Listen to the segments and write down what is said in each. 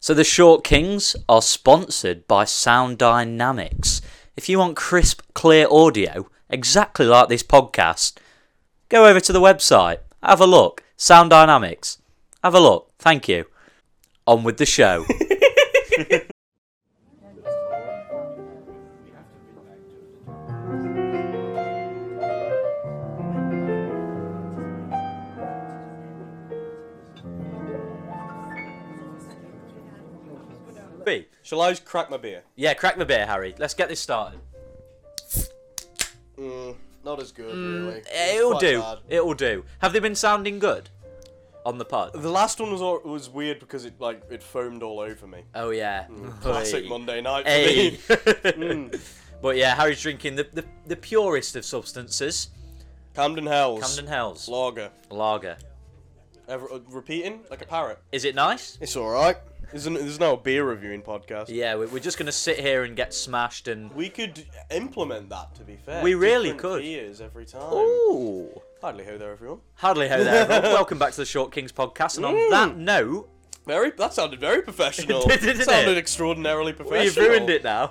So the Short Kings are sponsored by Sound Dynamics. If you want crisp, clear audio, exactly like this podcast, go over to the website, have a look. Sound Dynamics. Have a look. Thank you. On with the show. B. Shall I just crack my beer? Yeah, crack the beer, Harry. Let's get this started. Mm, not as good, really. It's Mm, It'll quite do. bad. It'll do. Have they been sounding good on the pod? The last one was all- was weird because it like it foamed all over me. Oh yeah. Classic Oi. Monday night for Hey. Mm. me. But yeah, Harry's drinking the, the, the purest of substances, Camden Hells. Camden Hells Lager. lager. Ever, uh, repeating like a parrot. Is it nice? It's all right. There's, an, there's now a beer reviewing podcast. Yeah, we- we're just gonna sit here and get smashed and. We could implement that, to be fair. We really Different could. Beers every time. Ooh. Hardly ho there, everyone. Hardly how there. everyone. Welcome back to the Short Kings podcast, and on Mm. that note, Very. That sounded very professional. Did- didn't sounded it? extraordinarily well, professional. you've ruined it now.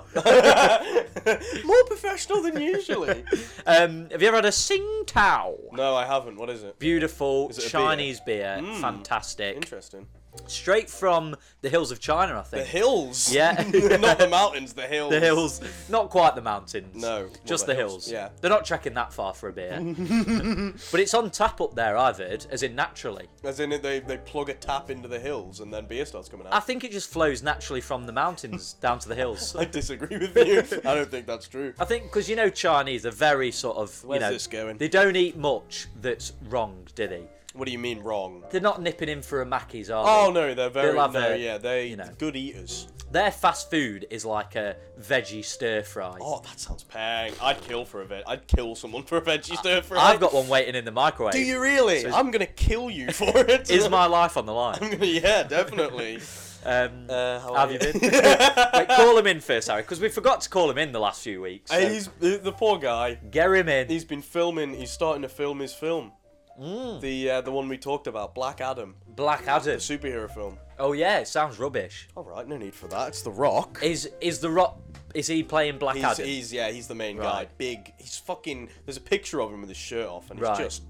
More professional than usually. um, have you ever had a Sing Tao? no, I haven't. What is it? Beautiful Is it a beer? Mm. Chinese beer, fantastic, Interesting. straight from the hills of China, I The think. hills. Yeah. Not the mountains, the hills. The hills, not quite the mountains. No, well, just the the hills, hills. yeah. they're not trekking that far for a beer, but it's on tap up there. I've heard, as in naturally. As in, they, they plug a tap into the hills and then beer starts coming out. I think it just flows naturally from the mountains down to the hills. I disagree with you. I don't think that's true. I think because you know Chinese are very sort of Where's you know this going? they don't eat much that's wrong, do they? What do you mean wrong? They're not nipping in for a Mackey's, are Oh they? no, they're very They'll have no, a- yeah, they you know. good eaters. Their fast food is like a veggie stir fry. Oh, that sounds pang. I'd kill for a veg. I'd kill someone for a veggie stir fry. I've got one waiting in the microwave. Do you really? So is- I'm gonna kill you for it. Is my life on the line? I'm gonna, yeah, definitely. Um, Uh, how have are you you? been? Wait, call him in first, Harry, because we forgot to call him in the last few weeks. so Hey, he's the, the poor guy. get him in. He's been filming. He's starting to film his film. Mm. The uh, the one we talked about, Black Adam, Black Adam. the superhero film. Oh yeah, it sounds rubbish. All right, no need for that. It's The Rock. Is is the rock? Is he playing Black He's, Adam? he's yeah, he's the main guy. Right. Big. He's fucking. There's a picture of him with his shirt off, and he's Right. just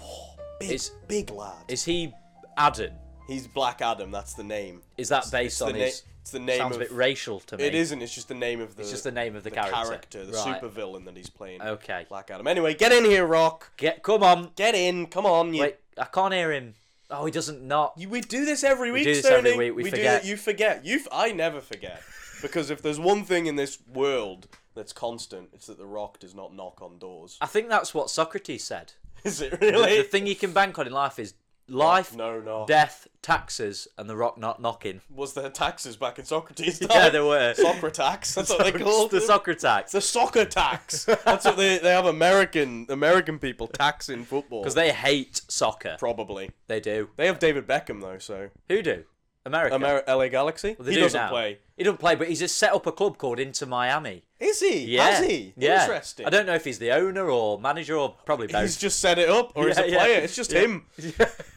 oh, big, Is- big lad. Is he Adam? he's Black Adam. That's the name. Is that based the on na- his? it's the name sounds of- a bit racial to me. It isn't. It's just the name of the. It's just the name of the, character. the Right. super villain that he's playing. Okay. Black Adam. Anyway, get in here, Rock. Get come on. Get in. Come on. You, Wait, I can't hear him. Oh, he doesn't not. You- we do this every week. do this every Stoney. week, we do forget. that- you forget. You. f- I never forget because if there's one thing in this world that's constant, it's that the Rock does not knock on doors. I think that's what Socrates said. Is it The really? thing you can bank on in life is life, No, no. death, taxes, and the rock not knocking. was there taxes back in Socrates' time? Yeah, there were. Soccer tax. That's what they called the them. Socrates. the soccer tax. That's what they, they have American American people taxing football. Because they hate soccer. probably They do. they have David Beckham though, so Who do? America. Amer- LA Galaxy. They he do doesn't now. play. He doesn't play, but he's just set up a club called Inter Miami. Is he? Yeah. Has he? Yeah. Interesting. I don't know if he's the owner or manager or probably both. He's just set it up, or he's Yeah, a yeah. player. It's just Yeah. him.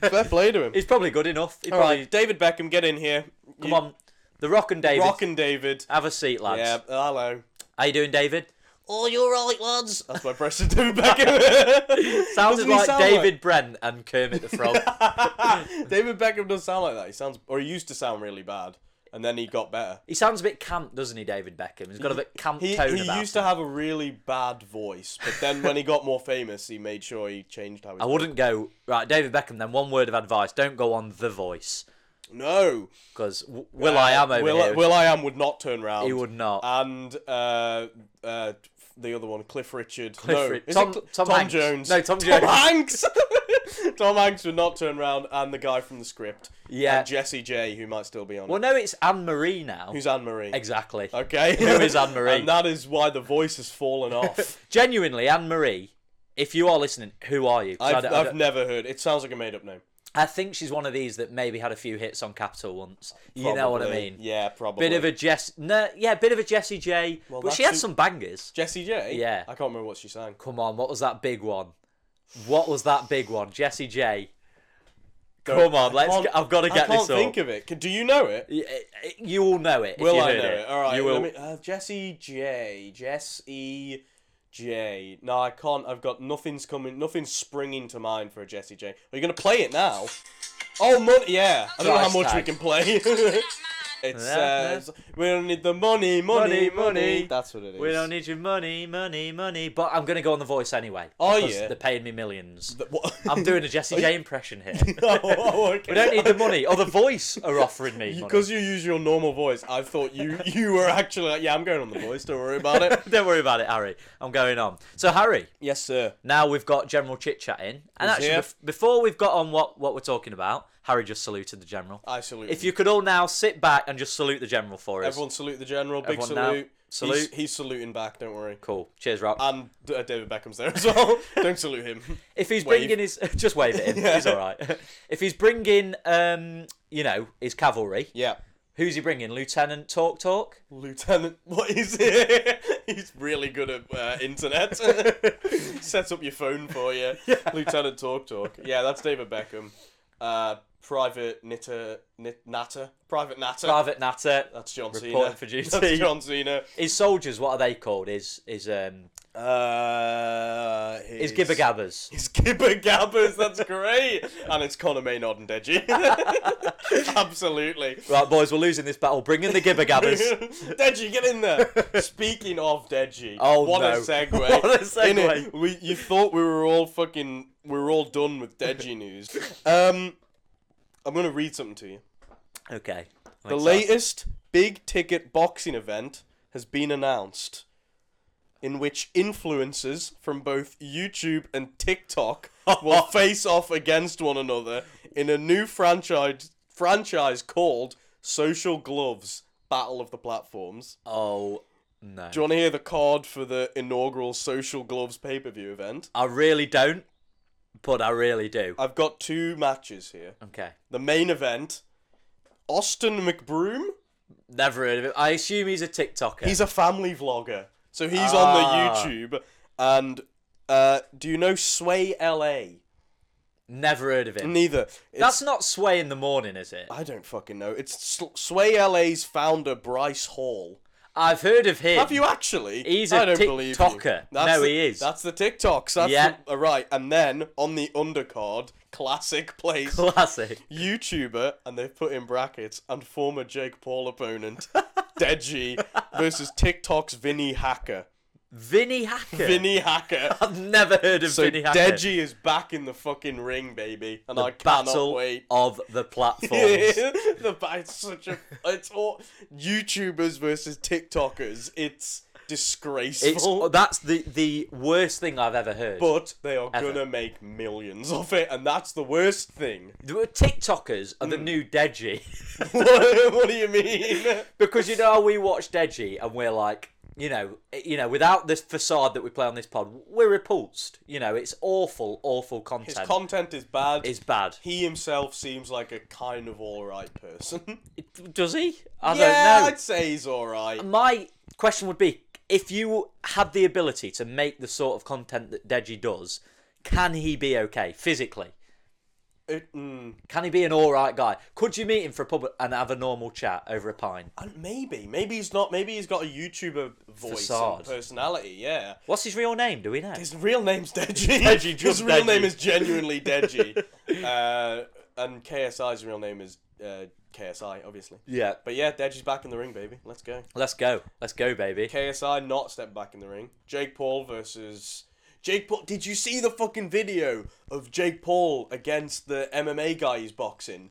Fair play to him. he's probably good enough. He All probably right, David Beckham, get in here. come on. The Rock and David. Rock and David. Have a seat, lads. Yeah, hello. How you doing, David? Oh, you're right, lads. That's my impression of David Beckham. Sounded Doesn't he like sound David Brent and Kermit the Frog. David Beckham does sound like that. He sounds, or he used to sound really bad, and then he got better. he sounds a bit camp, doesn't he, David Beckham? He's got a bit camp He, tone he about used him. to have a really bad voice, but then when he got more famous, he made sure he changed how he. I wouldn't go, right, David Beckham, then one word of advice. Don't go on The Voice. No, Because w- Will I Am over Uh, Will, here, Will I Am would not turn round. he would not. And uh, uh, the other one, Cliff Richard. no, Ri- is it Tom- Cl- Tom Hanks. Jones. No, Tom Tom Jones. Hanks. Tom Hanks would not turn round, and the guy from the script. Yeah. And Jesse J, who might still be on. well, it. no, it's Anne Marie now. Who's Anne Marie? exactly. Okay. Who is Anne Marie? and that is why the voice has fallen off. Genuinely, Anne Marie, if you are listening, who are you? 'Cause I, I've, don't- I I've don't- never heard. It sounds like a made-up name. I think she's one of these that maybe had a few hits on Capital once. You know what I Probably. mean? Yeah, probably. Bit of a Jess, no, yeah, bit of a Jessie J, but she that's had who- some bangers. Jessie J. Yeah. I can't remember what she sang. Come on, what was that big one? What was that big one? Jessie J. Don't- Come on, I let's. can't- Get, I've got to I get can't this up. think of it. Can- Do you know it? Y- uh, You all know it. if Will you I heard know it? All right. You will. Let me, uh, Jesse J. Jesse J. No, I can't. I've got nothing's coming. Nothing's springing to mind for a Jesse J. Are you gonna play it now? Oh, money. Yeah. I don't know how Price much we tag. uh, can play. it says we don't need the money, Money, money, money. That's what it is. We don't need your money, money, money. But I'm going to go on the voice anyway. Are because you? They're paying me millions. The- what- I'm doing a Jesse J impression here. Oh, oh, okay. We don't need the money. Or the voice are offering me money. Because you use your normal voice, I thought you you were actually like, yeah, I'm going on the voice. Don't worry about it. Don't worry about it, Harry. I'm going on. So, Harry, yes, sir. now we've got general chit chat in. And He's actually, here. bef- before we've got on what, what we're talking about, Harry just saluted the general. I salute. If you could all now sit back and just salute the general for us. Everyone salute the general. Big Everyone now. salute. Salute. He's, he's saluting back. Don't worry. Cool. Cheers, Rob. And uh, David Beckham's there as well. don't salute him. if he's wave. bringing his. just wave at him. Yeah. He's all right. if he's bringing, um, you know, his cavalry, Yeah. who's he bringing? Lieutenant Talk Talk? Lieutenant, what is it? he's really good at uh, internet. Sets up your phone for you. Lieutenant Talk Talk. Yeah, that's David Beckham. Uh, Private Knitter, Knit, Natter. Private Natter. Private Natter. that's John Cena. Reporting for duty. That's John Cena. His soldiers, what are they called? His his um Uh, his his gibber gabbers. His Gibber Gabbers, that's great! and it's Conor Maynard and Deji. Absolutely. Right, boys, we're losing this battle. Bring in the gibber gabbers. Deji, get in there. Speaking of Deji, Oh, what a no. segue! What a Innit? segue. We, you thought we were all fucking, we were all done with Deji news. Um, I'm gonna read something to you. okay. The latest big ticket boxing event has been announced, in which influencers from both YouTube and TikTok will face off against one another in a new franchise franchise called Social Gloves Battle of the Platforms. Oh no. Do you want to hear the card for the inaugural Social Gloves pay per view event? I really don't, but I really do. I've got two matches here. Okay. The main event Austin McBroom. Never heard of him. I assume he's a TikToker. He's a family vlogger. So he's Ah. on the YouTube. And uh, do you know Sway LA? Never heard of him. Neither. It's, That's not Sway in the morning, is it? I don't fucking know. It's Sl- Sway LA's founder, Bryce Hall. I've heard of him. Have you actually? He's I a don't believe you. TikToker. No, the- he is. That's the TikToks. That's Yeah. the- uh, right. And then on the undercard, classic place. Classic. YouTuber, and they've put in brackets, and former Jake Paul opponent, Deji, versus TikTok's Vinny Hacker. Vinny Hacker. Vinny Hacker. I've never heard of So Vinny Hacker. Deji is back in the fucking ring, baby, and I cannot Battle wait. of the platforms. the ba- it's such a it's all YouTubers versus TikTokers. It's It's oh, disgraceful, that's the the worst thing I've ever heard. but they are Ever. gonna make millions of it, and that's the worst thing. The TikTokers Mm. are the new Deji. what, what do you mean? because you know how we watch Deji and we're like, you know, eh, you know, without this facade that we play on this pod, we're repulsed. You know, it's awful, awful His content. content is bad. It's bad. he himself seems like a kind of alright person. Does he? I yeah, don't know. I'd say he's alright. My question would be if you had the ability to make the sort of content that Deji does, can he be okay physically? It- mm. Can he be an alright guy? Could you meet him for a pub and have a normal chat over a pint? And maybe, maybe he's not. Maybe he's got a YouTuber voice Facade. and personality. Yeah, What's his real name? Do we know? his real name's Deji. Deji, his just real Deji. name is genuinely Deji. uh, and KSI's real name is uh, KSI, obviously. Yeah. But yeah, Deji's back in the ring, baby. Let's go. Let's go. Let's go, baby. KSI not stepped back in the ring. Jake Paul versus Jake Paul. Did you see the fucking video of Jake Paul against the MMA guy he's boxing?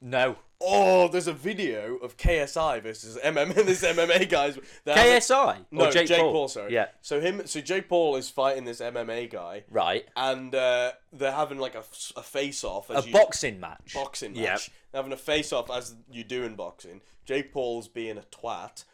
No. Oh, there's a video of KSI versus MMA. This MMA guy's they're having- KSI? Or No, Jake, Paul. sorry. Yeah. So him, so Jake Paul is fighting this MMA guy, Right. and uh, they're having like a, face off. A boxing match. boxing match. Yeah. They're having a face off as you do in boxing. Jake Paul's being a twat,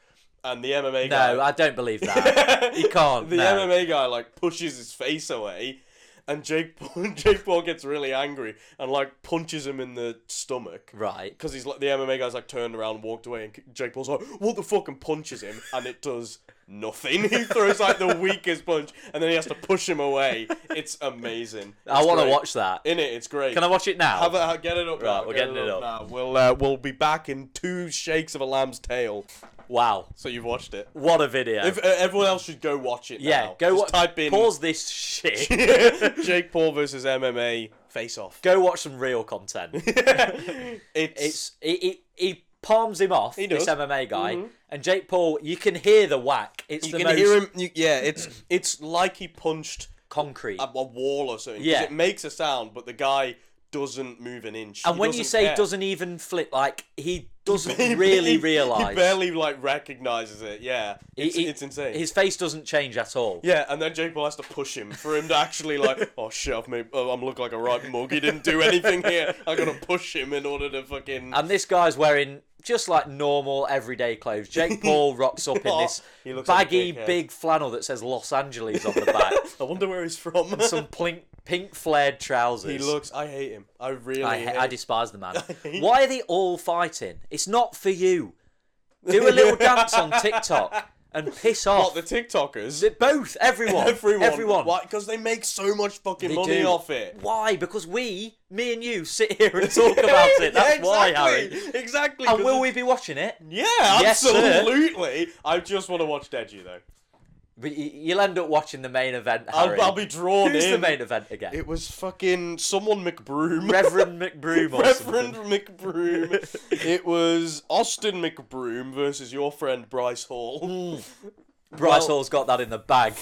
and the MMA No, guy. I don't believe that. he can't. the no. MMA guy like pushes his face away, and Jake Paul, Jake Paul gets really angry and like punches him in the stomach Right. because he's like the MMA guy's like turned around and walked away, and Jake Paul's like, "What the fuck?" and punches him, and it does nothing. he throws like the weakest punch, and then he has to push him away. It's amazing. I want to to watch that. In it, it's great. Can I watch it now? Have a, get it up now. we're get getting it up. now. We'll uh, we'll be back in two shakes of a lamb's tail. wow. So you've watched it. What a video. If, uh, everyone else should go watch it. yeah, now. go Just watch. Type in Pause this shit. Jake Paul versus MMA face off. go watch some real content. it's, It's he, he, he palms him off. He does. Mm-hmm. This MMA guy and Jake Paul. You can hear the whack. It's you the can most hear him. You, yeah, it's it's like he punched concrete. a, a wall or something. 'cause Yeah. it makes a sound, but the guy doesn't move an inch. and when you say care. doesn't even flip, like he doesn't really He- he realize. barely like recognizes it. Yeah, it's, it's insane. His face doesn't change at all. Yeah, and then Jake Paul has to push him for him to actually like, oh shit, I've made, oh, I'm looking like a right mug. He didn't do anything here. I gotta push him in order to fucking. And this guy's wearing just like normal everyday clothes. Jake Paul rocks up in Aw, this Oh, he looks like a baggy dickhead. big flannel that says Los Angeles on the back. I wonder where he's from. Some plink, pink flared trousers. he looks. I hate him. I really. I, hate ha- I despise the man. hate- Why are they all fighting? It's not for you. Do a little dance on TikTok and piss off. What the TikTokers? Th- Both, everyone, Everyone. everyone. Why? Because they make so much fucking They money do. off it. Why? Because we, me and you, sit here and talk about it. That's why, Harry. Harry. Exactly. And 'cause will it- we be watching it? Yeah, Yes, sir. absolutely. I just want to watch Deji though. But y- you'll end up watching the main event, Harry. I'll, I'll be drawn Who's in. the main event again? It was fucking someone McBroom. Reverend McBroom or Reverend something. McBroom. it was Austin McBroom versus your friend Bryce Hall. Bryce well- Hall's got that in the bag.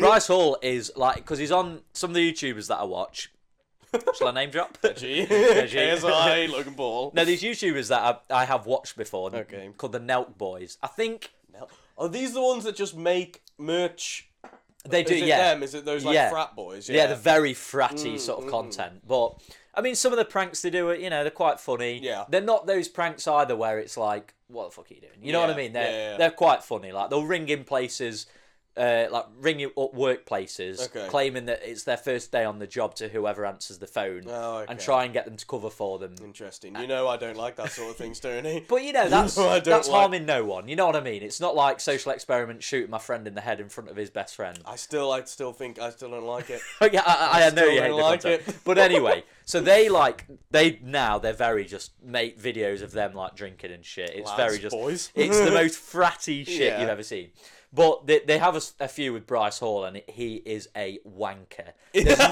Bryce Hall is like, because he's on some of the YouTubers that I watch. Shall I name drop? Gee. gee. KSI, Logan Paul. Now, these YouTubers that I, I have watched before, Okay. called the Nelk Boys. I think Are these the ones that just make merch? they do, Is it yeah. them? Is it those like Yeah. frat boys? Yeah, the very fratty Mm, sort of content. But I mean, some of the pranks they do are, you know, they're quite funny. Yeah. They're not those pranks either where it's like, what the fuck are you doing? You know what I Yeah, mean? They're, yeah, yeah. they're quite funny. Like, they'll ring in places, uh, like, ring you up workplaces, Okay. claiming that it's their first day on the job to whoever answers the phone Oh, and okay. Mm. try and get them to cover for them. Interesting. You know I don't like that sort of thing, Stoney. But you know that's know I don't that's like- harming no one. You know what I mean? It's not like social experiment shooting my friend in the head in front of his best friend. I still, I still think I still don't like it. Oh, yeah, I, I, I know still you hate don't the like content. it. But anyway, so they like they now they're very just make videos of them like drinking and shit. It's Lads, very just boys. it's the most fratty shit Yeah. you've ever seen. But they, they have a, s- a few with Bryce Hall, and he is a wanker. There's, n-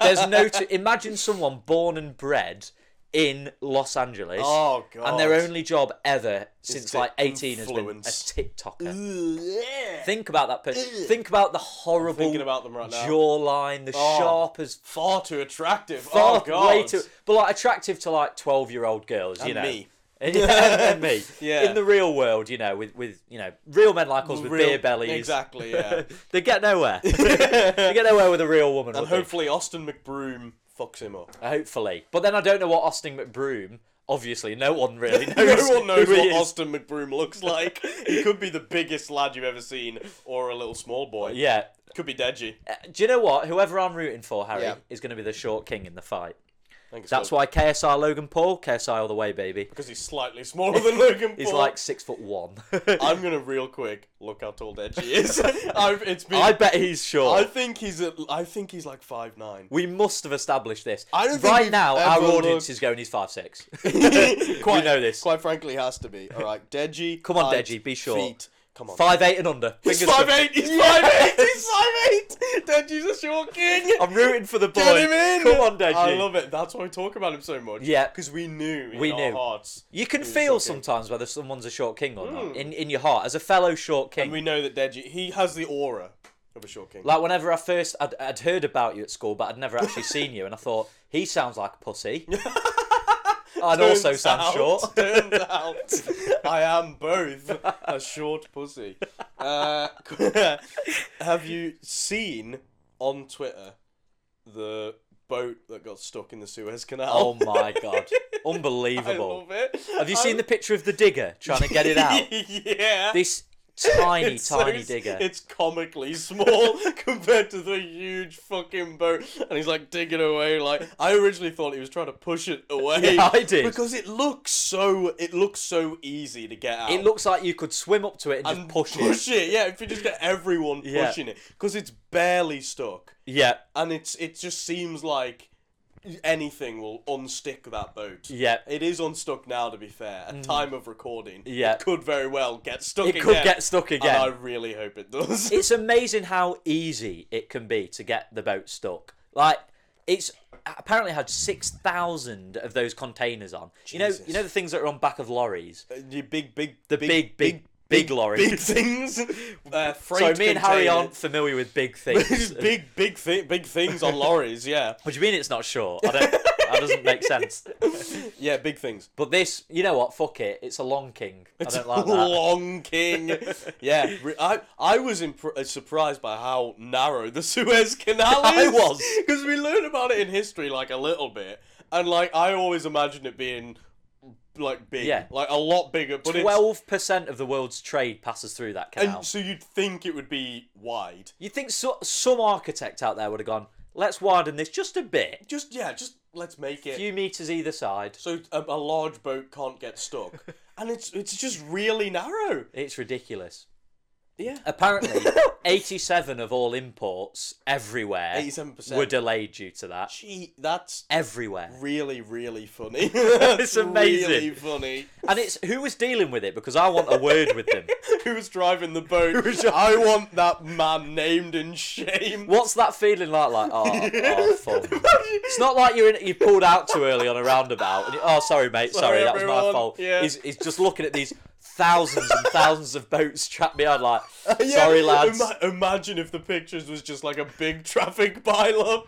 there's no t- imagine someone born and bred in Los Angeles. Oh, God. And their only job ever since to like 18 has influence. been a TikToker. Ugh. Think about that person. Think about the horrible thinking about them right now. jawline, the Oh. sharp as Far too attractive. far oh, God. way too, but like attractive to like twelve year old girls, you And know. me. and, and me. Yeah. In the real world, you know, with with you know real men like us with Real- beer bellies, Exactly. Yeah. they get nowhere. they get nowhere with a real woman. and would they? hopefully Austin McBroom fucks him up. hopefully, but then I don't know what Austin McBroom. Obviously, no one really knows. No one knows who he what is. Austin McBroom looks like. he could be the biggest lad you've ever seen, or a little small boy. Yeah. Could be Deji. Uh, Do you know what? Whoever I'm rooting for, Harry, Yeah. is going to be the short king in the fight. Thanks, That's why KSI Logan Paul, KSI all the way, baby. Because he's slightly smaller than Logan Paul. He's like six foot one. I'm gonna real quick look how tall Deji is. I've, it's been. I I, bet he's short. think he's a, I think he's like five nine. We must have established this. I don't think right we've now, our ever audience looked- is going, he's five six. quite, know this. Quite frankly, has to be. All right, Deji. Come on, height, Deji, be short. Feet. Come on. Five eight and under. He's Fingers five crossed. eight. He's five eight. He's five eight. Deji's a short king. I'm rooting for the boy. Get him in. Come on, Deji. I love it. That's why we talk about him so much. Yeah. because we knew. In We our knew. Hearts. You can He's Hmm. feel short king. sometimes whether someone's a short king or not in, in your heart as a fellow short king. And we know that Deji. He has the aura of a short king. like whenever I first I'd, I'd heard about you at school, but I'd never actually seen you, and I thought he sounds like a pussy. I'd also Turns sound out- short. Turns out I am both a short pussy. Uh, have you seen on Twitter the boat that got stuck in the Suez Canal? Oh my god, I unbelievable! love it. Have you seen the picture of the digger trying to get it out? yeah. This Tiny, It's so tiny s- digger. It's comically small compared to the huge fucking boat, and he's like digging away. Like I originally thought he was trying to push it away. Yeah, I did. because it looks so it looks so easy to get out. It looks like you could swim up to it and, And just push, it. push it. Yeah, if you just get everyone Yeah. pushing it, because it's barely stuck, Yeah, and it's it just seems like anything will unstick that boat. yeah. Mm-hmm. It is unstuck now, to be fair. At time of recording, Yeah. it could very well get stuck. It could again, get stuck And I again. really hope it does. It's amazing how easy it can be to get the boat stuck. Like it's apparently had six thousand of those containers on. You know, Jesus. you know the things that are on back of lorries. The big, big, The big, big, big lorry. big things. Uh, freight Sorry, me and Harry containers. aren't familiar with big things. Just big, big, thi- big things on lorries. Yeah, What do you mean it's not sure? I don't. that doesn't make sense. yeah, big things. But this, you know what? Fuck it. It's a long king. I don't like that. Long King. yeah, re- I I was impr- uh, surprised by how narrow the Suez Canal I is. was. because we learn about it in history like a little bit, and like I always imagined it being like big, Yeah. like a lot bigger. But it's- Twelve percent of the world's trade passes through that canal. and so you'd think it would be wide. You'd think so, some architect out there would have gone, let's widen this just a bit, Just yeah, just let's make a it. few metres either side. so a, a large boat can't get stuck, and it's it's just really narrow. It's ridiculous. Yeah. Uh, Apparently, 87 of all imports everywhere 87%. were delayed due to that. Gee, that's Everywhere. really really funny. it's amazing. Really funny. And it's who was dealing with it because I want a word with them. Who was driving the boat? I want that man named in shame. What's that feeling like? Like, oh, oh fuck. It's not like you're in, you pulled out too early on a roundabout. And you, oh, sorry, mate. Sorry, Sorry, that was my everyone. fault. Yeah. He's, he's just looking at these thousands and thousands of boats trapped behind, like, sorry, lads. Ima- imagine if the pictures was just like a big traffic pileup.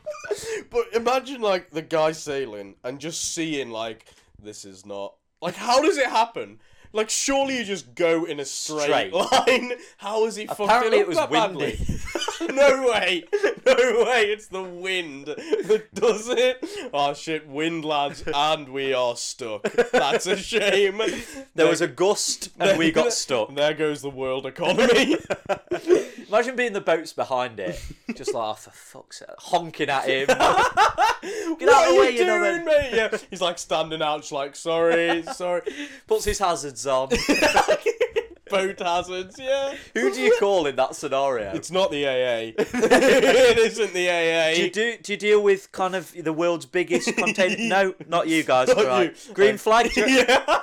but imagine like the guy sailing and just seeing like this is not like how does it happen? Like surely you just go in a straight, Straight. line. How is he fucking Apparently up it was that badly? no way, no way. It's the wind that does it. Oh shit, wind lads, and we are stuck. That's a shame. There was a gust and we got stuck. There goes the world economy. Imagine being the boats behind it, just like, oh, for fuck's sake, honking at him. Get out What of the are you way, you know. doing, and mate? Yeah, he's like standing out, just like sorry, sorry. Puts his hazards on. Boat hazards, yeah. Who do you call in that scenario? It's not the AA. it isn't the AA. do you do, do you deal with kind of the world's biggest container? No, not you guys. Not all right. you. Green flag. do you- yeah.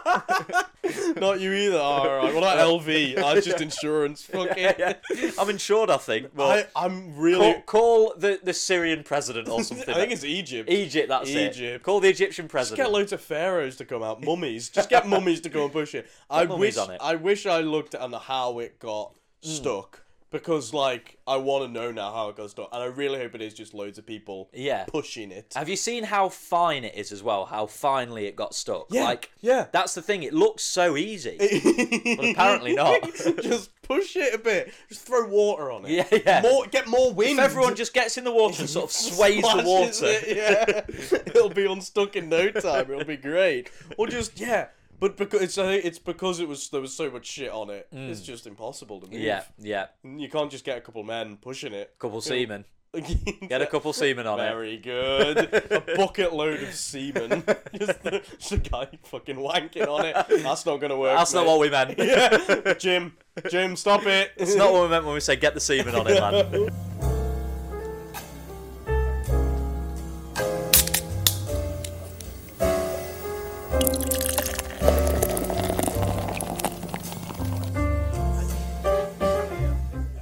not you either. all right. Well, not LV. That's just insurance. Fuck it. yeah, I'm insured, I think. Well, I, I'm really. call, call the, the Syrian president or I something. think it's Egypt. Egypt. That's it. Egypt. Call the Egyptian Just get president. loads of pharaohs to come out. Mummies. Just get mummies to go and push it. I mummies wish. on it. Hmm. I wish I looked at how it got stuck because, like, I want to know now how it got stuck, and I really hope it is just loads of people Yeah. pushing it. Have you seen how fine it is as well? How finely it got stuck. Yeah, Like yeah. that's the thing. It looks so easy, but apparently not. just push it a bit. Just throw water on it. Yeah, yeah. More, get more if wind. everyone just gets in the water and sort of sways the Splashes water, it, yeah, it'll be unstuck in no time. It'll be great. Or just yeah, but because it's I think it's because it was there was so much shit on it. It's just impossible to move. Mm. yeah, yeah. you can't just get a couple men pushing it. Couple seamen. get Get a couple seamen on it. Very good. a bucket load of semen. Just the, just the guy fucking wanking on it. That's not gonna work. That's not mate. what we meant. Yeah, Jim, Jim, stop it. It's not what we meant when we said get the semen on it, man.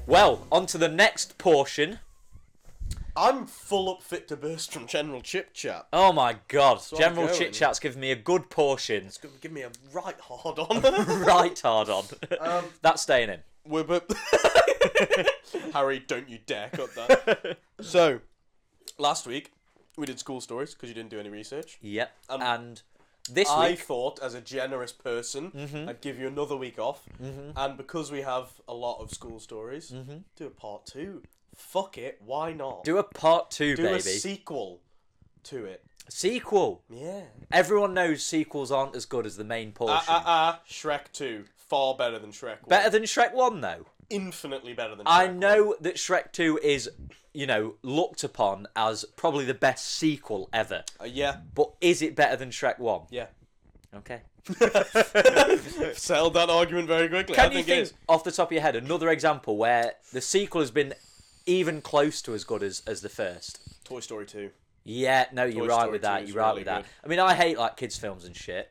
Well, on to the next portion. I'm full up fit to burst from General Chip Chap. Oh my god, I'm General going. Chit Chat's given me a good portion. It's gonna give me a right hard on. Right hard on. That's staying in. We're but Harry, don't you dare cut that. so, last week we did school stories because you didn't do any research. Yep. and this I week, Mm-hmm. thought, as a generous person, I'd give you another week off, and because we have a lot of school stories, Mm-hmm. do a part two. Fuck it, why not? do a part two, Do baby. a sequel to it. sequel. Yeah. Everyone knows sequels aren't as good as the main Ah, portion. ah, ah. Shrek 2. Far better than Shrek 1. Better than Shrek 1, though. Infinitely better than Shrek I 1. know that Shrek 2 is, you know, looked upon as probably the best sequel ever. Uh, yeah. But is it better than Shrek 1? Yeah. Okay. Settled that argument very quickly. I Can you think, it think, is. off the top of your head, another example where the sequel has been even close to as good as, as the first? Toy Story 2. Yeah, no, you're Toy right Story with 2 that. is You're right really with that. good. I mean, I hate like kids' films and shit.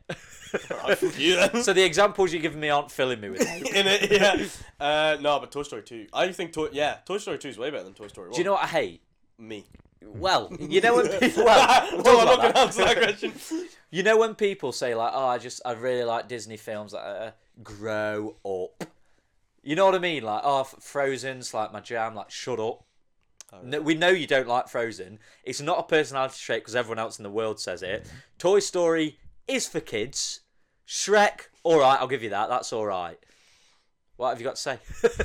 Right, fuck you then. so the examples you're giving me aren't filling me with hope. In it, yeah. Uh, no, but Toy Story 2. I think, Toy- yeah, Toy Story 2 is way better than Toy Story 1. Do you know what I hate? Me. Well, you know when people, well, we'll no, talk I'm not about going to that. answer that question. You know when people say like, "Oh, I just I really like Disney films." Like, uh, grow up. You know what I mean? Like, oh, F- Frozen's like my jam. Like, shut up. Oh, No, we know you don't like Frozen. It's not a personality trait because everyone else in the world says it. Mm-hmm. Toy Story is for kids. Shrek, all right, I'll give you that. That's all right. What have you got to say?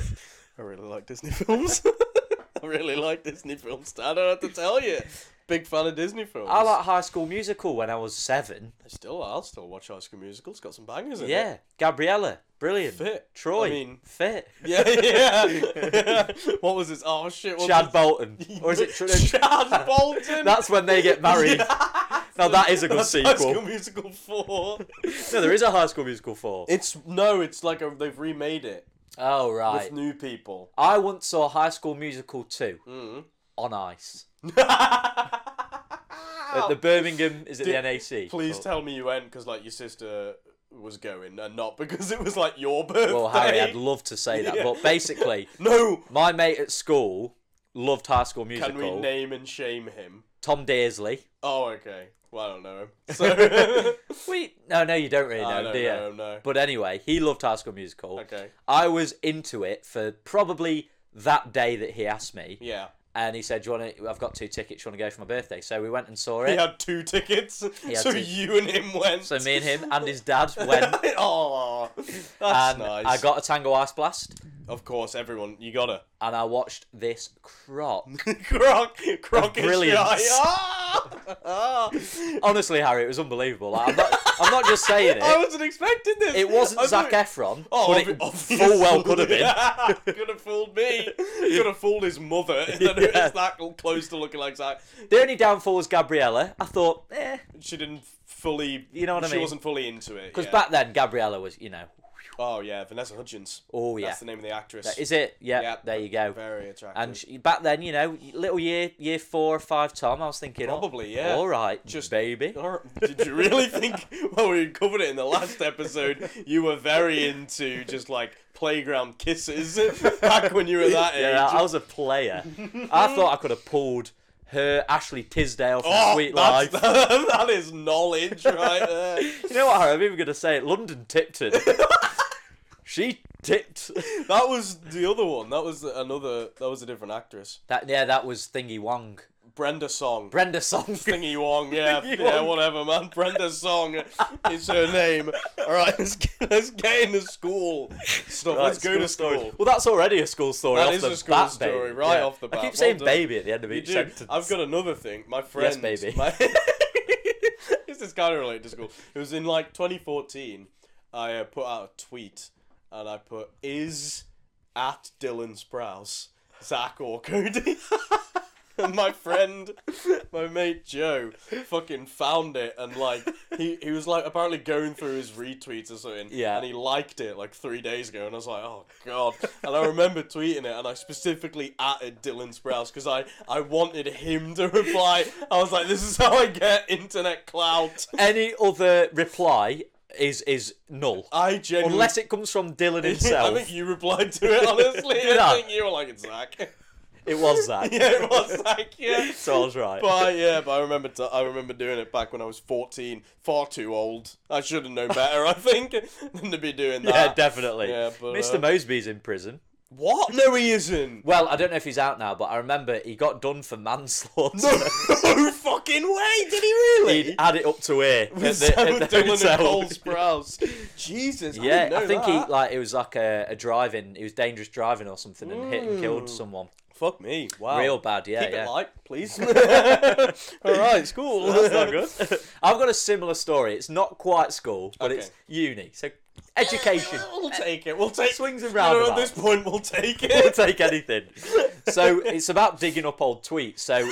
I really like Disney films. I really like Disney films. I don't have to tell you. Big fan of Disney films. I like High School Musical when I was seven. I still, I'll still watch High School Musical. It's got some bangers in Yeah, it. Gabriella, brilliant. Fit. Troy, I mean- fit. Yeah, yeah. what was this? Oh shit! What Chad was Bolton, or is it? Tr- this? Chad Bolton? That's when they get married. Now that is a good That's sequel. High School Musical four. No, there is a High School Musical four. it's no, it's like a, they've remade it oh with right. new people. I once saw High School Musical two Mm. on ice at the Birmingham. Is it Did- the NAC? Please Or- tell me you went because like your sister was going and not because it was like your birthday. well, Oh, Harry, I'd love to say that, Yeah. but basically, no. my mate at school loved High School Can Musical. we name and shame him? Tom Dearsley. Oh, okay. Well, I don't know him. So We no, no, you don't really know, I him, don't do you? know him, no. Uh, But anyway, he loved High School Musical. Okay. I was into it for probably that day that he asked me. yeah. and he said, "Do you want to? I've got two tickets. You want to go for my birthday?" So we went and saw He it. had two tickets, had so two. you and him went. So me and him and his dad went, oh, that's and nice. I got a Tango Ice Blast, of course, everyone, you gotta. and I watched this croc. Croc, Croc is brilliance. shy. Ah! Ah! Honestly, Harry, it was unbelievable. Like, I'm not, I'm not just saying I it. wasn't expecting this. It wasn't I Zac thought- Efron, Oh, but it obvi- full well could have been. Yeah, could have fooled me. Could have fooled his mother. And then Yeah. it's that close to looking like Zac. The only downfall was Gabriella. I thought, eh, She didn't fully. You know what I She mean? wasn't fully into it. because yeah. back then Gabriella was, you know, Oh yeah, Vanessa Hudgens. Oh, yeah. that's the name of the actress. is it? Yeah, Yeah, there you go. Very attractive. And she, back then, you know, little year year four or five Tom, I was thinking, oh, Probably, yeah. all right, just Just- baby. Or- Did you really think? Well, we covered it in the last episode. You were very into just like playground kisses back when you were that age. Yeah, I was a player. I thought I could have pulled her, Ashley Tisdale from Oh, Sweet that's- Life. that is knowledge right there. You know what, Harry? I'm even going to say it. London tipped it. she tipped. That was the other one. That was another. That was a different actress. That yeah, that was Thingy Wong. Brenda Song. Brenda Song. Thingy Wong, yeah, Thingy yeah, Wong. whatever, man. Brenda Song is her name. All right, let's get, let's get into school stuff. let's go to school. Well, that's already a school story. That off is the a school bat, story, baby. right off the I bat. keep Well saying done. baby at the end of You each do. sentence. I've got another thing. My friend, baby. My... this is kind of related to school. It was in like 2014. I uh, put out a tweet, and I put is at Dylan Sprouse Zach or Cody. And my friend, my mate Joe, fucking found it and like he, he was like apparently going through his retweets or something. Yeah. And he liked it like three days ago, and I was like, oh god. And I remember tweeting it, and I specifically added Dylan Sprouse because I I wanted him to reply. I was like, this is how I get internet clout. Any other reply is is null. I genuinely. Unless it comes from Dylan I himself, think you replied to it honestly. Did I I? think you were like it's Zach. it was that. yeah, it was Zach. Yeah. So I was right. But I- yeah, but I remember t- I remember doing it back when I was fourteen. Far too old. I should have known better. I think than to be doing that. yeah, definitely. Yeah, but, Mr. uh, Mosby's in prison. What? No, he isn't. Well, I don't know if he's out now, but I remember he got done for manslaughter. no fucking way. Did he really? He'd add it up to here at With the, Sam at the Dillon and hotel. Cole Sprouse. Jesus. I Yeah, didn't I, know think that. he like it was like a, a driving. It was dangerous driving or something, and hit and killed someone. Fuck me. Mm. Wow. Real bad, yeah, Keep yeah. it light, please. All right, it's cool. That's not good. I've got a similar story. It's not quite school, but Okay. it's uni. So education. We'll take it. We'll take Swings and No, no, at roundabouts. this point, we'll take We'll it. take anything. So it's about digging up old tweets. So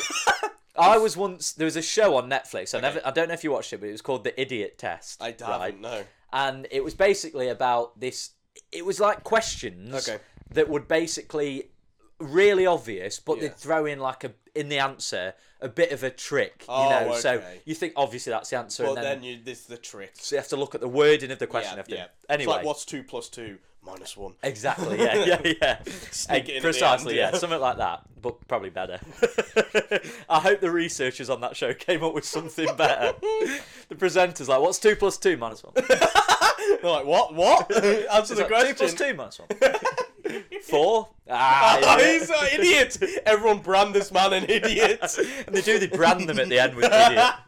I was once there was a show on Netflix. I never I don't know if you watched it, but it was called The Idiot Test. I right? haven't. No. and it was basically about this it was like questions Okay. that would basically really obvious but Yeah. they'd throw in like a in the answer a bit of a trick you Oh, know so okay. you think obviously that's the answer But and then, then you, this is the trick. so you have to look at the wording of the question Yeah, you have to- yeah. anyway It's like what's two plus two minus one. Exactly. Yeah. Yeah. Yeah. Sneak Eh, it in at the precisely. end, yeah. yeah. Something like that, but probably better. I hope the researchers on that show came up with something better. the presenters like, what's two plus two minus one? They're like what? What? Answer It's the like, question. Two plus two minus one. Four. Ah, Oh, yeah. he's an idiot. Everyone brand this man an idiot. and they do. They brand them at the end with idiot.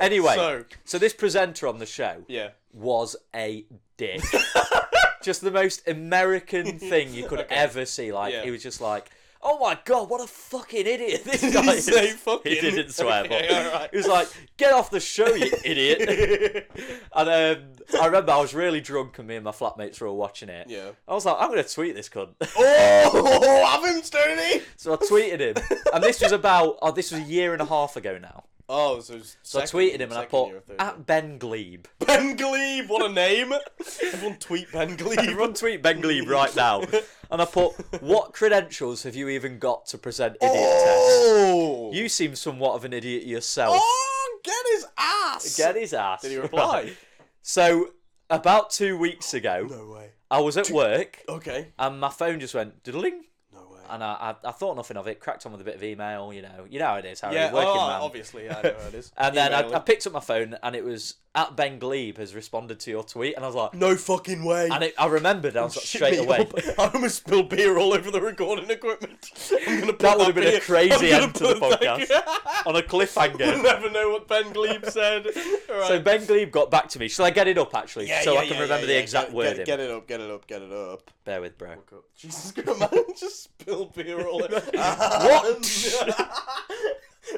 Anyway, So- so, this presenter on the show yeah. was a dick. just the most American thing you could Okay. ever see. Like Yeah. he was just like, "Oh my god, what a fucking idiot this guy he is." say fucking? He didn't swear, Okay, but alright. he was like, "Get off the show, you idiot." And um, I remember I was really drunk, and me and my flatmates were all watching it. Yeah. I was like, "I'm gonna tweet this cunt." oh, have him, Stoney. So I tweeted him, and this was about oh, this was a year and a half ago now. Oh, so, it's So second- I tweeted him and I second year put "Ah." of third year. at Ben Glebe. Ben Glebe. What a name. Everyone tweet Ben Glebe. Everyone tweet Ben Glebe right now. And I put, what credentials have you even got to present idiot test? oh. You seem somewhat of an idiot yourself. Oh, get his ass. Get his ass. Did he reply? So about two weeks ago, no Oh. way. I was at work Okay. and my phone just went diddling. No way. And I, I, I thought nothing of it, cracked on with a bit of email, you know. You know how it is, Harry, yeah. working oh, man. obviously, I know how it is. And then I, Emailing. I picked up my phone and it was at Ben Glebe has responded to your tweet. And I was like, No fucking way. and it, I remembered, I was like, straight me away. up. I almost spilled beer all over the recording equipment. I'm gonna put That would have been a beer- crazy I'm gonna end to the put that- on a We'll cliffhanger. never know what Ben Glebe said. All right. So Ben Glebe got back to me. Shall I get it up actually, Yeah, so yeah, I can yeah, remember yeah, the yeah. exact get, wording? Get, get it up. Get it up. Get it up. Bear with, bro. Jesus Christ, man! Just spilled beer all over. What?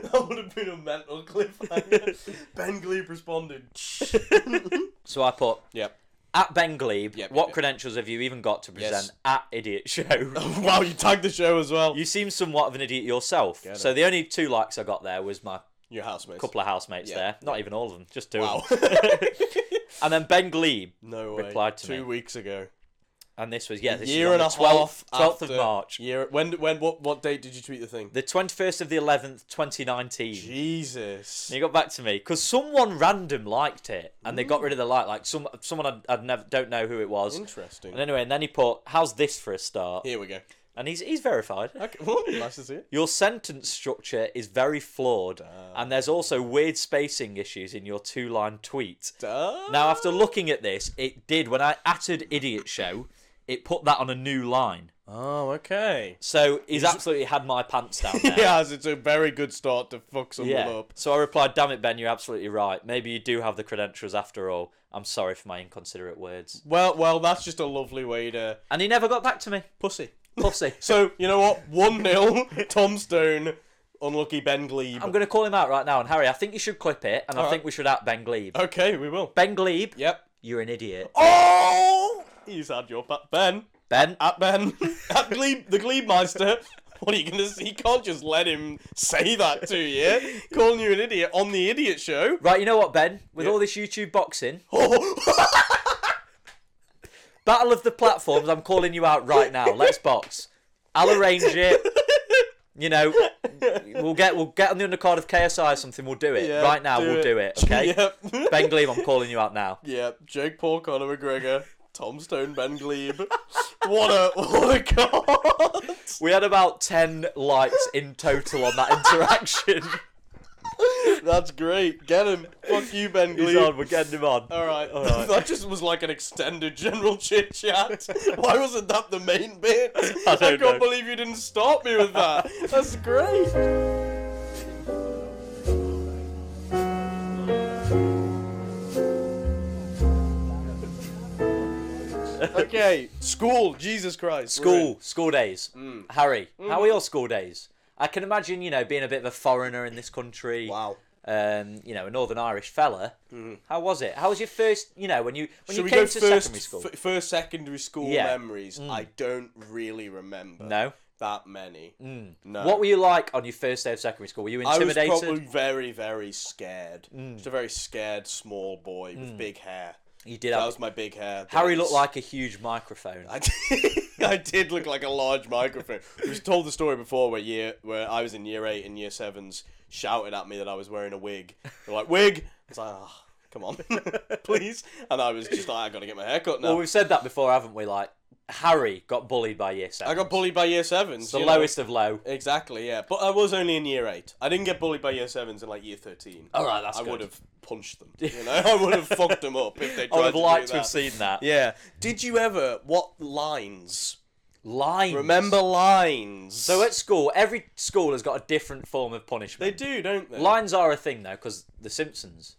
that would have been a mental cliffhanger. ben Glebe responded. So I put yep. at Ben Glebe. Yep, what yep. credentials have you even got to present Yes. at Idiot Show? Wow, you tagged the show as well. you seem somewhat of an idiot yourself. Get So the only two likes I got there was my Your housemates. couple of housemates Yeah. there. Not even all of them, just two. Wow. Of them. And then Ben Glebe, no way. Replied to Two me. weeks ago. and this was yeah, this Year was on and a the 12th, half. 12th after- of March, Year. When? When? What? What date did you tweet the thing? the 21st of the 11th, 2019. Jesus. And he got back to me because someone random liked it, and they got rid of the like. Like some someone I would never don't know who it was. Interesting. And anyway, and then he put, "How's this for a start?" Here we go. And he's he's verified. Okay. well, nice to see it. Your sentence structure is very flawed, Ah. and there's also weird spacing issues in your two-line tweet. Duh. Now, after looking at this, it did when I added "idiot show," it put that on a new line. Oh, okay. So he's absolutely had my pants down there. Yeah, it's a very good start to fuck someone Yeah. up. So I replied, "Damn it, Ben, you're absolutely right. Maybe you do have the credentials after all. I'm sorry for my inconsiderate words." Well, well, that's just a lovely way to And he never got back to me. pussy. Pussy. So you know what? One 0 Tom Stone, unlucky Ben Glebe. I'm going to call him out right now. And Harry, I think you should clip it, and I Alright. think we should out Ben Glebe. Okay, we will. Ben Glebe, Yep. you're an idiot. Oh, he's had your back, Ben. Ben, At Ben, at Glebe, the Glebe Meister. What are you gonna see? You can't just let him say that to you. Calling you an idiot on the idiot show. right? You know what, Ben? With Yeah. all this YouTube boxing, Oh, battle of the platforms. I'm calling you out right now. Let's box. I'll arrange it. You know, we'll get we'll get on the undercard of KSI or something. We'll do it Yeah, right now. do we'll it. do it. Okay. Yep. Ben Glebe, I'm calling you out now. Yeah, Jake Paul, Conor McGregor, Tom Stone, Ben Glebe. what a what a card! We had about 10 likes in total on that interaction. That's great. Get him. Fuck you, Ben He's Glebe. on, we're getting him on. All right, all right. right. that just was like an extended general chit chat. Why wasn't that the main bit? I, don't can't know. believe you didn't stop me with that. That's great. Okay, school. Jesus Christ. we're in. School, school days. Mm. Harry, how Mm-hmm. are your school days? I can imagine, you know, being a bit of a foreigner in this country. Wow. Mm-hmm. Um, you know, a Northern Irish fella. How was it? How was your first, you know, when you when Should you we came go to first, secondary school? f- first secondary school Yeah. Mm. memories? I don't really remember. No? Mm. That many. No. what were you like on your first day of secondary school? Were you I was intimidated? Mm. probably very, very scared. Just a very scared small boy with big hair. You did That have was my big hair. Mm. Harry days. looked like a huge microphone. I did, I did look like a large microphone. We was told the story before where year where I was in year eight and year sevens shouted at me that I was wearing a wig. They're like wig. I was like, oh, come on, please. And I was just like, I gotta get my hair cut now. well, we've said that before, haven't we? Like Harry got bullied by year seven. I got bullied by year sevens. the you know. lowest of low. Exactly, yeah. But I was only in year eight. I didn't get bullied by year sevens in like year thirteen. All right, Oh, that's I good. would have punched them. You know, I would have fucked them up if they I tried would to have liked do to have that. seen that. Yeah. Did you ever? What lines? Lines. Remember lines. So at school, every school has got a different form of They punishment. do, don't they? Lines are a thing though, because The Simpsons.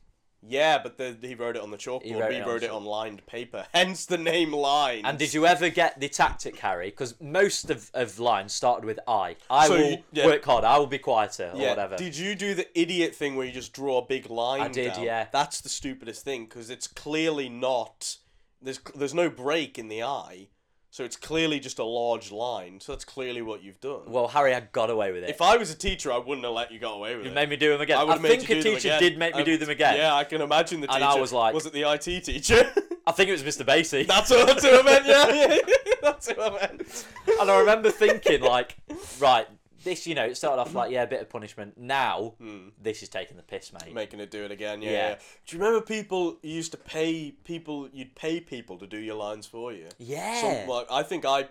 Yeah, but the, he wrote it on the chalkboard. He wrote we it on wrote the it on lined paper. Hence the name Lines. And did you ever get the tactic, Harry? Because most of, of lines started with I. I So will you- yeah. work hard. I will be quieter or yeah, whatever. Did you do the idiot thing where you just draw a big line? I did, down? yeah. That's the stupidest thing because it's clearly not. There's there's no break in the eye, so it's clearly just a large line. So that's clearly what you've done. well, Harry, I got away with it. if I was a teacher, I wouldn't have let you get away with you it. made me do them again. I, I, would've made think you a do them teacher again. did make me I- do them again. Yeah, I can imagine the teacher. And I was like- was it the IT teacher? I think it was Mr. Basie. that's, who, that's who I meant. Yeah, yeah, that's who I meant. and I remember thinking, like, right, this, you know, it started off like, yeah, a bit of punishment. Now, Hmm. this is taking the piss, mate. making it do it again. Yeah, Yeah. yeah. Do you remember people you used to pay people? You'd pay people to do your lines for you. Yeah. Some, like I think I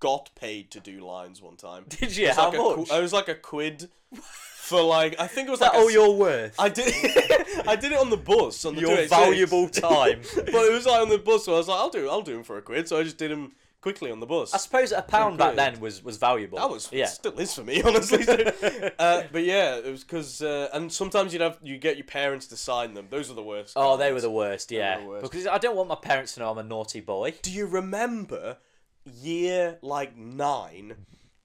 got paid to do lines one time. Did you? It was How like a much? qu- I was like a quid for like I think it was that like a all s- you're worth? I did. I did it on the bus on the Your 286. valuable time. but it was like on the bus, so I was like, I'll do, I'll do him for a quid. So I just did him quickly on the bus. I suppose a pound back good. then was, was valuable. That was yeah. still is for me, honestly. uh, but yeah, it was because uh, and sometimes you'd have you get your parents to sign them. Those are the worst. Oh, they kinds. were the worst, yeah. the worst. Because I don't want my parents to know I'm a naughty boy. Do you remember year like nine?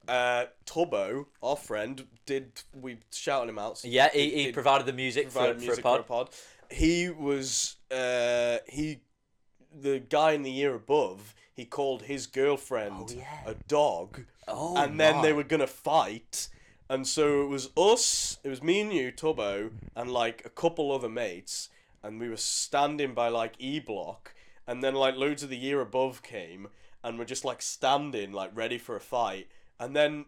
Uh, Tubbo, our friend, did we shouted him out? Yeah, he, he did provided the music, provide for, music for a pod. He was uh, he the guy in the year above. He called his girlfriend Oh, yeah. a dog. Oh, and then they my. were gonna fight, and so it was us, it was me and you, Tubbo, and like a couple other mates, and we were standing by like E Block, and then like loads of the year above came, and we're just like standing like ready for a fight, and then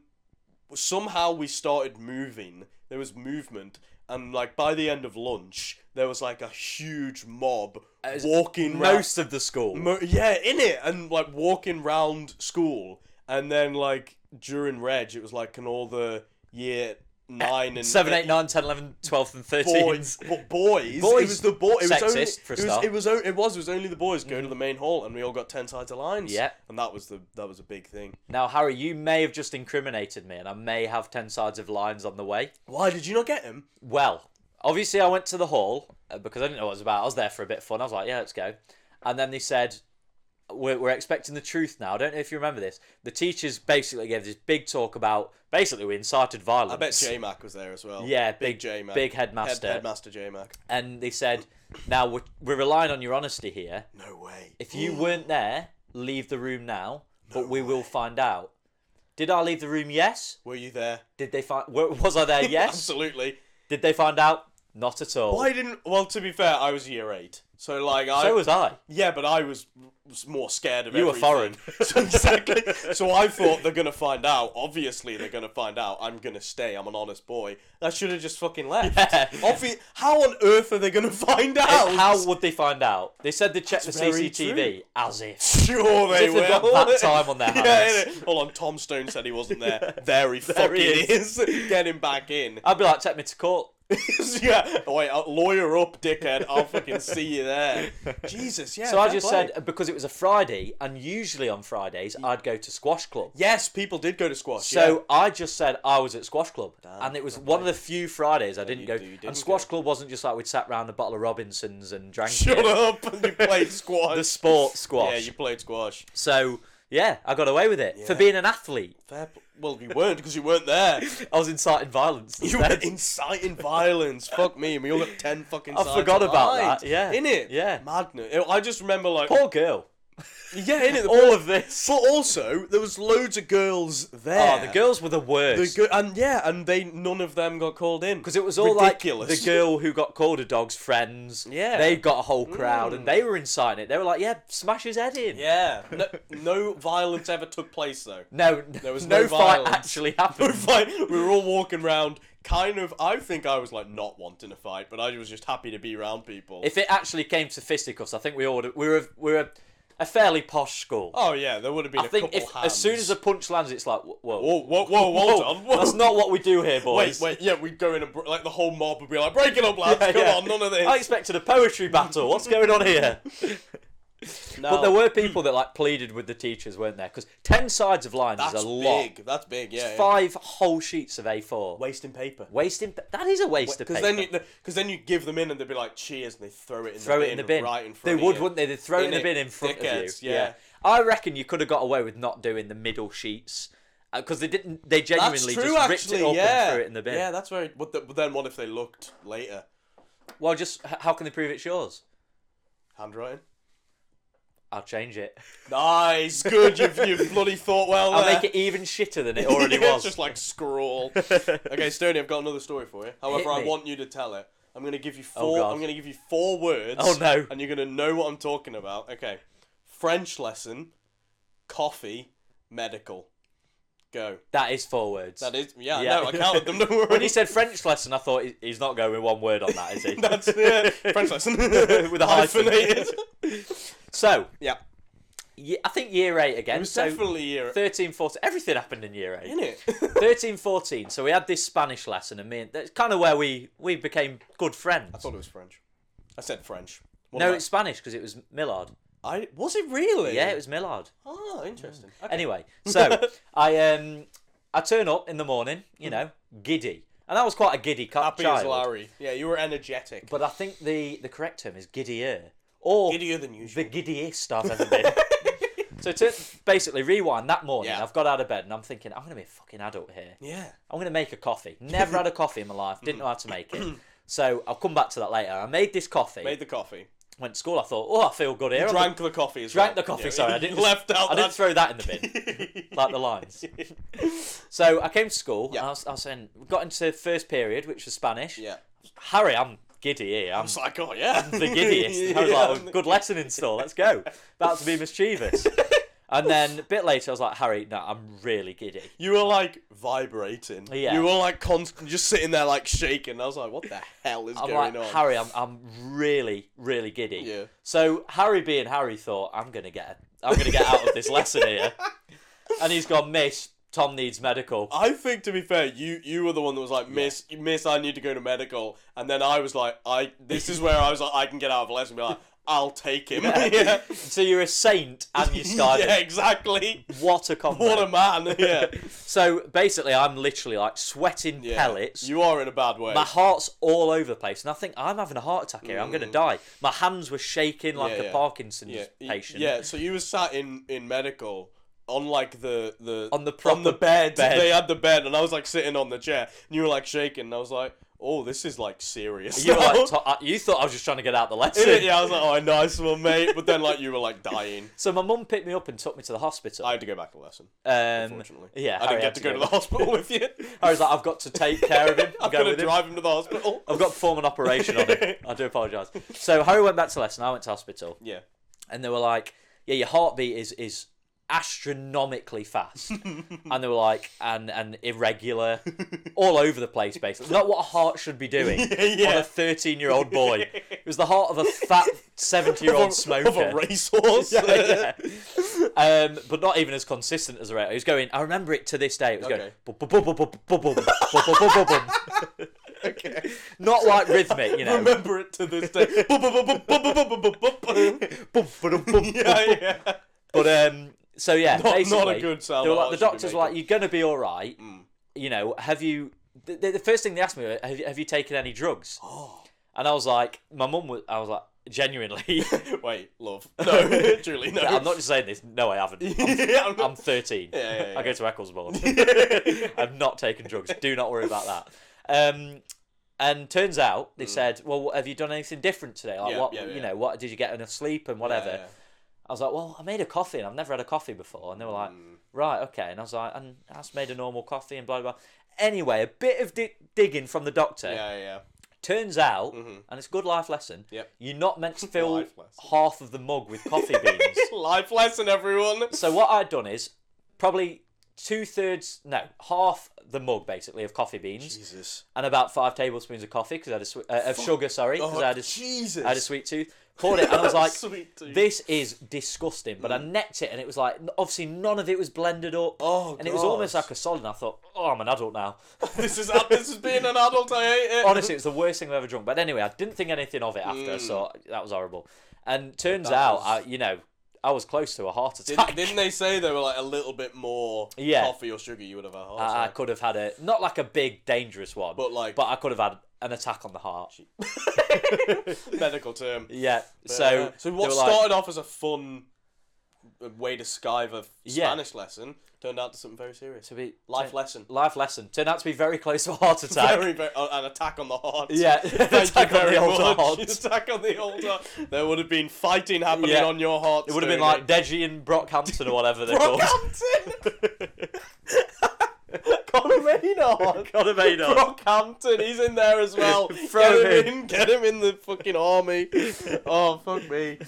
somehow we started moving. There was movement, and like by the end of lunch, there was like a huge mob was walking round- Most of the school. Mo- yeah, in it, and like walking round school, and then like during reg, it was like can all the year nine and 7, 8, 9, 10, 11, 12, and 13. boys, bo- boys, Boys. It was the boy. It was only, Sexist, for a it start. was, Mm-hmm. It was, o- it was. It was only the boys going to the main hall, and we all got ten sides of lines. Yeah. and that was the that was a big thing. Now, Harry, you may have just incriminated me, and I may have 10 sides of lines on the way. Why did you not get him? Well, obviously, I went to the hall uh, because I didn't know what it was about. I was there for a bit of fun. I was like, yeah, let's go. And then they said, we're, we're expecting the truth now. I don't know if you remember this. The teachers basically gave this big talk about basically we incited violence. I bet J Mac was there as well. Yeah, big, big- J Mac, big headmaster. headmaster J Mac. And they said, now we're, we're relying on your honesty here. No way. If you weren't there, leave the room now, but we will find out. Did I leave the room? Yes. Were you there? Did they find? wa- Was I there? Yes. Absolutely. Did they find out? Not at all. Why didn't? Well, to be fair, I was year eight, so like I So was I. Yeah, but I was was more scared of You were everything. foreign. so, exactly. So I thought they're gonna find out. Obviously, they're gonna find out. I'm gonna stay. I'm an honest boy. I should have just fucking left. Yeah. Obvi- how on earth are they gonna find out? How would they find out? They said they checked the That's Oh, very CCTV as if. sure they if will. they've got that time on their yeah, hands. innit? Hold on. Tom Stone said he wasn't there. There he There fucking he is. Get him back in. I'd be like, take me to court. yeah. Oh, wait, I'll lawyer up, dickhead. I'll fucking see you there. Jesus, yeah. So I fair just play. said uh, because it was a Friday, and usually on Fridays I'd go to squash club. yes, people did go to squash. So I just said I was at squash club, Ah, and it was one of the few Fridays I didn't you go. do- you and didn't squash club wasn't just like we'd sat round a bottle of Robinsons and drank yeah. it. shut up. You played squash. the sport squash. Yeah, you played squash. So yeah, I got away with it for being an athlete. Fair. P- well, you weren't because you weren't there. I was inciting violence. You instead. were inciting violence. Fuck me. And we all got ten fucking. I sides forgot of about lines. that, yeah. In it. Yeah. Madness. It- I just remember like. Poor girl. Yeah, in it. All of this. But also, there was loads of girls there. Oh, the girls were the Ah, The worst. go- and yeah, and they none of them got called in Because it was all ridiculous. like the girl who got called a dog's friends. Yeah. Mm. They got a whole crowd and they were inciting it. They were like, yeah, smash his head in. Yeah, no, no violence ever took place though. No, There was no, no fight violence. actually happened. No fight. We were all walking round, kind of. I think I was like not wanting a fight, but I was just happy to be around people. If it actually came to fisticuffs, I think we all we were a, we were a, a fairly posh school. oh yeah, there would have been I a think couple if hands. as soon as a punch lands, it's like, whoa, whoa, whoa, whoa, whoa, hold on, whoa. that's not what we do here, Wait, boys. wait, yeah, we'd go in and br- like the whole mob would be like, break it up, lads. Yeah, Come yeah. on, none of I this. expected a poetry battle. What's going on here? No, But there were people that like pleaded with the teachers, weren't there? Because ten sides of lines that's is a lot. big. That's big. Yeah, yeah. Five whole sheets of A4. wasting paper. Wasting pa- that is a waste of Because paper. then, because then you give them in and they'd be like, "Cheers!" and they throw it in, throw the, it in the bin. right in they front. of would, you. wouldn't they? They'd throw it in the Innit? bin in front Dickheads, of you. yeah. I reckon you could have got away with not doing the middle sheets because they didn't. They That's genuinely true, just ripped actually. it up yeah, and threw it in the bin. Yeah, that's very. But, th but then, what if they looked later? Well, just h- how can they prove it's yours? Handwriting. I'll change it. Nice, good. You've, you've bloody thought well. I'll there. make it even shitter than it already Yeah, was. It's just like scrawl. okay, Stoney, I've got another story for you. However, I me. Oh, want you to tell it. I'm gonna give you four. God. I'm gonna give you four words. Oh, no. And you're gonna know what I'm talking about. Okay, French lesson, coffee, medical. Go. That is four words. That is. Yeah, Yeah. no, I counted them. Don't worry. When he said French lesson, I thought he- he's not going with one word on that, is he? That's it. French lesson with a hyphen. hyphenated. So, yeah, ye- I think year eight again. it was so definitely year 13, 14, everything happened in year eight. in it. 13, 14. So we had this Spanish lesson, and me and that's kind of where we we became good friends. I thought it was French. I said French. What no, am I- it's Spanish because it was Millard. I was it really? Yeah, it was Mm. Millard. Oh, interesting. Okay. Anyway, so I um I turn up in the morning, you know, giddy, and that was quite a giddy co- Happy as child. Larry. Yeah, you were energetic. But I think the the correct term is giddier or Giddier than usual. the giddiest I've ever been. so to basically rewind that morning, Yeah. I've got out of bed and I'm thinking I'm gonna be a fucking adult here. yeah. I'm going to make a coffee. Never had a coffee in my life. Didn't know how to make it. So I'll come back to that later. I made this coffee. Made the coffee. Went to school. I thought, oh, I feel good here. Drank the coffee as Drank the well. coffee. Yeah, Sorry, I you didn't left out I didn't that. throw that in the bin, like the lines. so I came to school. Yeah. And I, was, I was saying, we got into first period, which was Spanish. yeah. Harry, I'm giddy here. I'm It's like, oh yeah. the giddiest. I was like, "Oh, good lesson in store. Let's go. About to be mischievous. And then a bit later, I was like, Harry, no, I'm really giddy. You were like vibrating. Yeah. You were like constant, just sitting there like shaking. I was like, what the hell is I'm going like, on? Harry, I'm, I'm really, really giddy. Yeah. So Harry being Harry thought, I'm gonna get I'm gonna get out of this lesson here. And he's gone, Miss, Tom needs medical. I think to be fair, you you were the one that was like, Miss, Miss, I need to go to medical, and then I was like, I this is where I was like, I can get out of lesson, and be like, I'll take him. yeah. So you're a saint and you skydived. yeah, exactly. What a combo. What a man. Yeah. so basically I'm literally like sweating yeah. pellets. You are in a bad way. my heart's all over the place, and I think I'm having a heart attack here. I'm going to die. My hands were shaking like Mm. Yeah, a yeah. Parkinson's yeah. y- patient. Yeah. So you were sat in in medical. On like the the On the on the proper bed. bed. they had the bed, and I was like sitting on the chair, and you were like shaking, and I was like, "Oh, this is like serious." You, were now." like, "To- uh, you thought I was just trying to get out the lesson. yeah, I was like, "Oh, nice one, mate," but then like you were like dying. So my mum picked me up and took me to the hospital. I had to go back to lesson. Um, unfortunately. yeah, I Harry had didn't get to to go go to the back. hospital with you. I was like, I've got to take care of him. I'm I'm going going to with him. drive him to the hospital. I've got to perform an operation on him. I do apologise. So Harry went back to lesson. I went to hospital, Yeah. and they were like, "Yeah, your heartbeat is is astronomically fast," and they were like, "and and irregular, all over the place, basically. Not what a heart should be doing yeah. on a thirteen-year-old boy. It was the heart of a fat seventy-year-old smoker." Of a racehorse. yeah. Um, but not even as consistent as the Reto. It was going. I remember it to this day. It was Okay. going. "Bu- bu- bu- bu- bu- bu- bu- bu- bu- bu- bu- bu- bu." okay. Not like rhythmic, you know. Remember it to this day. yeah, yeah. But um, so yeah, not a basically, good they were like, the Salvador should be Hmm. doctors were like, "You're gonna be all right." You know, have you? The, the the first thing they asked me, was, "Have you, have you taken any drugs?" Oh. And I was like, "My mum was." I was like, "Genuinely, Wait, love. No, truly, no. I'm not just saying this. No, I haven't. I'm, yeah, I'm I'm 13. yeah, yeah. I go to Ecclesbourne. I've not taken drugs. Do not worry about that." Um, and turns out they said, "Well, have you done anything different today? Like, Mm. Yeah, what yeah, you yeah. know, what did you get enough sleep and Yeah, whatever?" yeah. I was like, well, I made a coffee and I've never had a coffee before. And they were like, Mm. right, okay. And I was like, and I just made a normal coffee and blah, blah, blah. Anyway, a bit of di- digging from the doctor. Yeah, yeah. Turns out, and it's a good life lesson, Yep. you're not meant to fill Life lesson. half of the mug with coffee beans. Life lesson, everyone. so what I'd done is probably two thirds, no, half the mug basically of coffee beans Jesus. and about five tablespoons of coffee because I had a swe- uh, of sugar, sorry, because Oh, I had a, Jesus. I had a sweet tooth. Poured it and I was like, Sweet tooth. Mm. this is disgusting. But I necked it and it was like, obviously none of it was blended up. Oh, And it was God. almost like a solid. And I thought, oh, I'm an adult now. this is this is being an adult. I hate it. Honestly, it was the worst thing I've ever drunk. But anyway, I didn't think anything of it after, so Mm. that was horrible. And turns out, I, you know, I was close to a heart attack. Didn't, didn't they say they were like a little bit more Yeah. Uh, coffee or sugar you would have had? heart I, I attack? could have had a not like a big dangerous one, But, like- but I could have had an attack on the heart. medical term. Yeah. So, So, uh, so they what were like- started off as a fun uh, way to skive a Yeah. Spanish lesson turned out to something very serious. to be Life turn- lesson. life lesson turned out to be very close to a heart attack. Very, very, uh, an attack on the heart. Yeah, Thank you attack on very the old much. heart. Attack on the old heart. There would have been fighting happening Yeah. on your heart. It would have been like Deji and Brockhampton or whatever they're called. Conor Maynard. Conor Maynard. Brockhampton, he's in there as well. Throw him get him in. Get him in the fucking army. Oh, fuck me.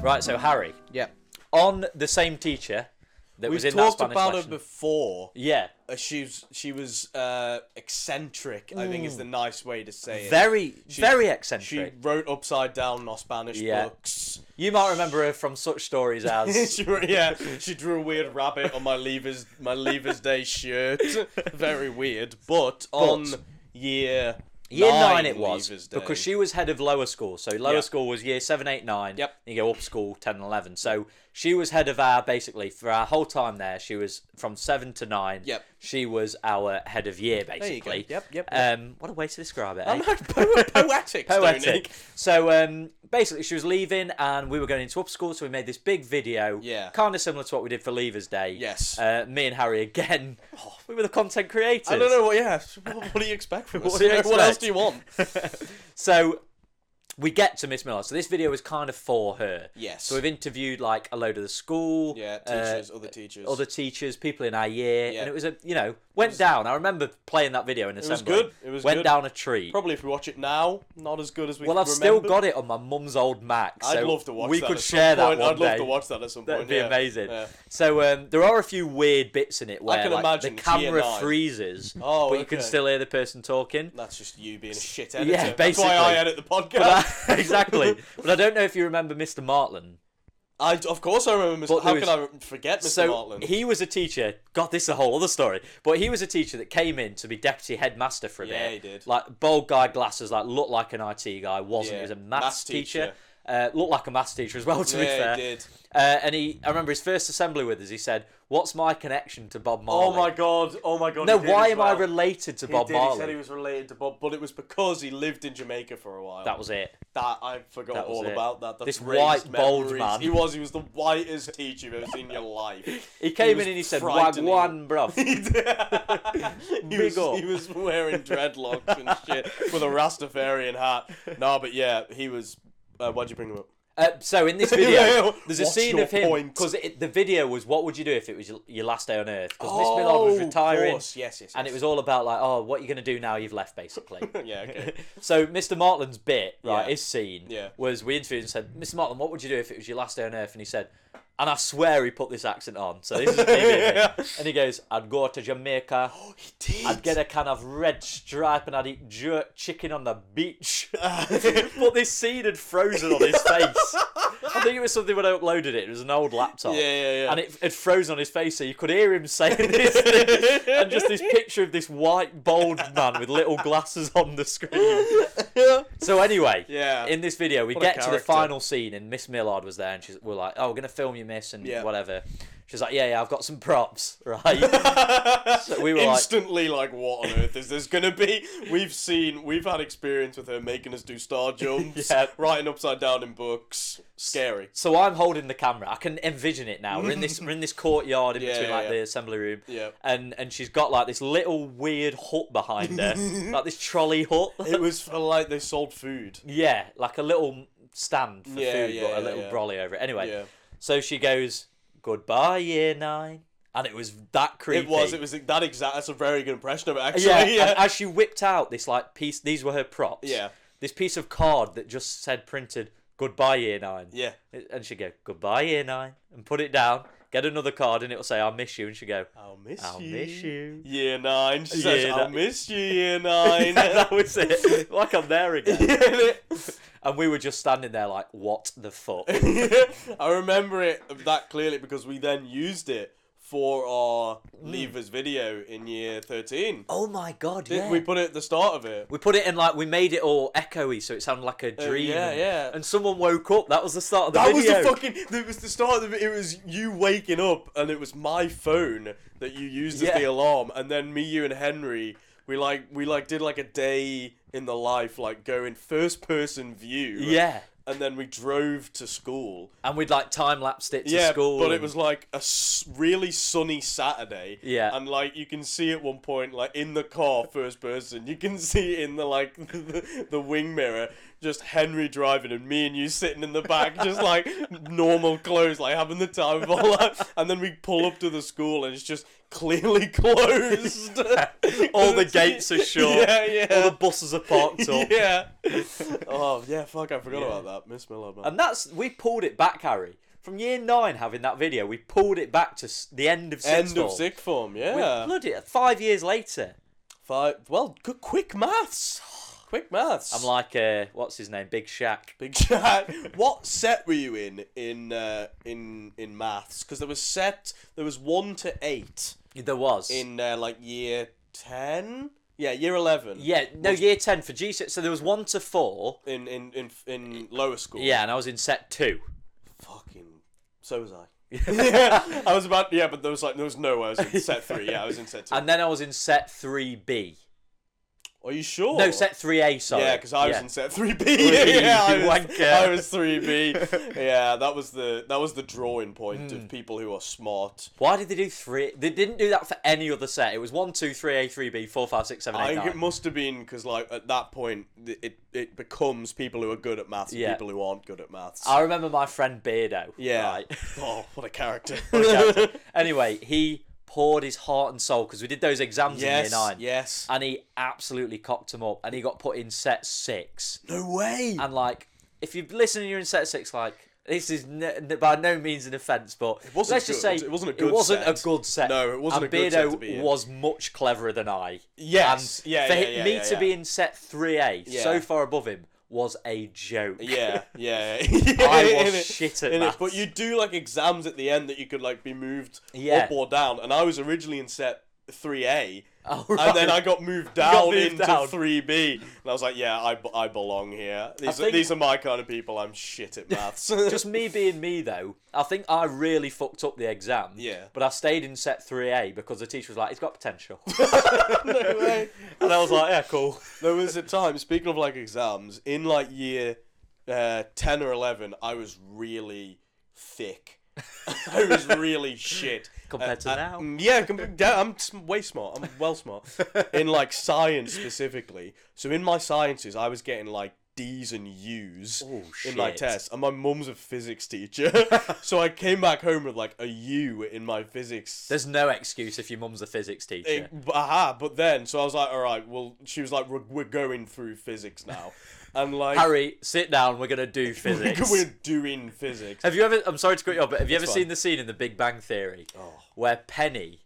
Right, so Harry, Yeah. on the same teacher that We've was in that talked Spanish about lesson. her before. yeah, Uh, she's she was uh, eccentric. I think is the nice way to say it. very, very She eccentric. wrote upside down our Spanish Yeah. books. You might remember her from such stories as she, wrote- yeah, she drew a weird rabbit on my leavers my leavers day shirt. Very weird, but on year year nine, nine it Leavers was Day. because she was head of lower school. So lower Yeah. school was year seven, eight, nine. Yep. You go up school ten, and eleven. So she was head of our basically for our whole time there. She was from seven to nine. Yep. She was our head of year you go. basically. Yep, yep, yep. Um, what a way to describe it. I'm eh? not po- poetic, Stoney. poetic. So um, basically, she was leaving, and we were going into up school, so we made this big video. Yeah. Kind of similar to what we did for Leavers Day. Yes. Oh. Uh, me and Harry again. we were the content creators. I don't know what. Yeah, what, what do you expect from us? What do you You know, what else expect? do you want? So we get to Miss Miller. So this video is kind of for her. Yes. So we've interviewed like a load of the school. Yeah, uh, teachers, other teachers. other teachers, people in our year, Yeah. and it was a you know went down. I remember playing that video in assembly. good, it was went good. down a tree. Probably if we watch it now, not as good as we. well, I've still remember. got it on my mum's old Mac. I'd so love to watch. We that could at some share that point. one I'd love day. to watch that at some That'd point. be yeah. amazing. Yeah. So um, there are a few weird bits in it where can like, imagine the it's camera year nine. freezes, Oh, but you can okay. still hear the person talking. That's just you being a shit editor. Yeah, That's why I basically. edit the But podcast. I- exactly. But I don't know if you remember Mr. Martland. I, of course I remember. But Mr. How there can I forget Mr. So Martland? he was a teacher. God, this is a whole other story. But he was a teacher that came in to be deputy headmaster for a Yeah, bit. he did. Like bald guy, glasses, like looked like an IT guy, wasn't. He Yeah, was a maths, maths teacher. teacher. Uh, looked like a maths teacher as well. To be Yeah, he fair, did. Uh, and he, I remember his first assembly with us. He said, "What's my connection to Bob Marley?" oh my god! Oh my god! No, he did why as am I well. related to He Bob did, Marley? He said he was related to Bob, but it was because he lived in Jamaica for a while. that was it. That- I forgot that was all it. about that. That's This raised white, bald memories. man. He was. He was the whitest teacher you've ever seen in your life. He came was in and he said, frightening. "Wagwan, bro." he was, up. he was wearing dreadlocks and shit with a Rastafarian hat. No, but yeah, he was. Uh, why'd you bring him up? Uh, so in this video, there's a What's scene your of him point? because the video was what would you do if it was your- your last day on Earth? Because Miss Oh, Millard was of retiring, course. Yes, yes, and it yes. was all about like, oh, what are you gonna do now you've left, basically. Yeah, okay. so Mr. Martland's bit, right, Yeah. his scene Yeah. was we interviewed and said, Mr. Martland, what would you do if it was your last day on Earth? And he said, And I swear he put this accent on. So this is yeah. And he goes, I'd go to Jamaica. He did. I'd get a kind of red stripe and I'd eat jerk chicken on the beach. but this scene had frozen on his face. I think it was something when I uploaded it. It was an old laptop. Yeah, yeah, yeah. And it had frozen on his face, so you could hear him saying this thing. And just this picture of this white, bald man with little glasses on the screen. So anyway, Yeah. in this video, we a get to the character. final scene, and Miss Millard was there, and she's we're like, "Oh, we're gonna film you, Miss," and Yeah. whatever. She's like, "Yeah, yeah, I've got some props, right?" so we were like, Instantly, like, what on earth is this gonna be? We've seen, we've had experience with her making us do star jumps, Yeah. writing upside down in books. Scary. So I'm holding the camera. I can envision it now. We're in this we're in this courtyard in Yeah, between yeah, like yeah. the assembly room. Yeah. And and she's got like this little weird hut behind her. like this trolley hut. It was for like they sold food. yeah, like a little stand for Yeah, food yeah, but yeah, a little yeah. brolly over it. Anyway. Yeah. So she goes, Goodbye, year nine. And it was that creepy. It was. It was that exact. That's a very good impression of it. Actually, Yeah, yeah. and as she whipped out this like piece these were her props. Yeah. This piece of card that just said printed goodbye year nine. Yeah. And she'd go, Goodbye, year nine, and put it down, get another card, and it'll say, I'll miss you. And she'd go, I'll miss I'll you. miss you. Year nine. She says, Year I'll ni- miss you, year nine. that was it. Like I'm there again. And we were just standing there like, What the fuck? I remember it that clearly because we then used it for our Levers video in year 13. oh my god, yeah. We We, put it at the start of it. put it in like, we made it all echoey so it sounded like a dream. Oh, yeah, and, yeah. And someone woke up. That was the start of the That video. was the fucking. It was the start of it. It was you waking up, and it was my phone that you used as Yeah. the alarm, and then me, you, and Henry. We like we like did like a day in the life, like going first person view. Yeah. and then we drove to school. And we'd like time lapsed it to yeah, school. but it and- was like a s- really sunny Saturday. Yeah. and like you can see at one point, like in the car, first person, you can see in the like the, the wing mirror, just Henry driving and me and you sitting in the back, just like normal clothes, like having the time of our life. And then we pull up to the school, and it's just clearly closed. all the gates are shut. Yeah, yeah. All the buses are parked up. yeah. oh yeah, fuck! I forgot about that, Miss Miller. Man. And that's we pulled it back, Harry. From year nine, having that video, we pulled it back to s- the end of sixth End form. of sick form. We- Yeah. Bloody five years later, Five. Well, good, quick maths. Quick maths. I'm like, uh, what's his name, Big Shaq. big chat. what set were you in in uh, in in maths? Because there was set. There was one to eight There was. in uh, like year ten. Yeah, year eleven. yeah, no, year ten for G six. So there was one to four. In in in in lower school. Yeah, and I was in set two. Fucking. So was I. yeah, I was about. Yeah, but there was like there was no. way I was in set three. Yeah, I was in set two. And then I was in set three B. Are you sure? No, set three A. Sorry. Yeah, because I was Yeah. in set three B. yeah, I you was, wanker. I was three B. Yeah, that was the that was the drawing point Hmm. of people who are smart. Why did they do three? They didn't do that for any other set. It was one, two, three A, three B, four, five, six, seven, I eight, think it nine. must have been because like at that point th- it it becomes people who are good at maths and Yeah. people who aren't good at maths. I remember my friend Beardo. yeah. Right. Oh, what a character. character. anyway, he poured his heart and soul because we did those exams yes. in year nine. Yes. And he absolutely cocked him up and he got put in set six. no way. And like, if you listen and you're in set six, like, this is n- n- by no means an offence, but wasn't let's just good. say It wasn't a good it wasn't set. a good set. No, it wasn't and a good set to be in. was much cleverer than I. Yes. And Yeah, for yeah, hi- yeah, me yeah, to yeah. be in set three A, Yeah. so far above him, was a joke. yeah, yeah. I was In it- shit at in it. maths. But you do like exams at the end that you could like be moved Yeah. up or down. And I was originally in set three A, Oh, and right. then I got moved down moved down. into three B. And I was like, yeah, I, b- I belong here. These are, think- these are my kind of people. I'm shit at maths. just me being me though, I think I really fucked up the exam. Yeah. But I stayed in set three A because the teacher was like, "He's got potential," no way. and I was like, "Yeah, cool." There was a time. Speaking of like exams, in like year uh, ten or eleven, I was really thick. I was really shit Compared to Uh, uh, now. mm, Yeah, com- yeah, I'm s- way smart. I'm well smart in like science specifically. So in my sciences, I was getting like. D's and U's Oh, in my shit. tests, and my mum's a physics teacher, so I came back home with like a U in my physics There's no excuse if your mum's a physics teacher. it- Aha, but then, so I was like, all right, well, she was like, we're, we're going through physics now. and like Harry, sit down. We're gonna do physics. we're doing physics. Have you ever? I'm sorry to cut you off, but have you ever fine. Oh. seen the scene in The Big Bang Theory where Penny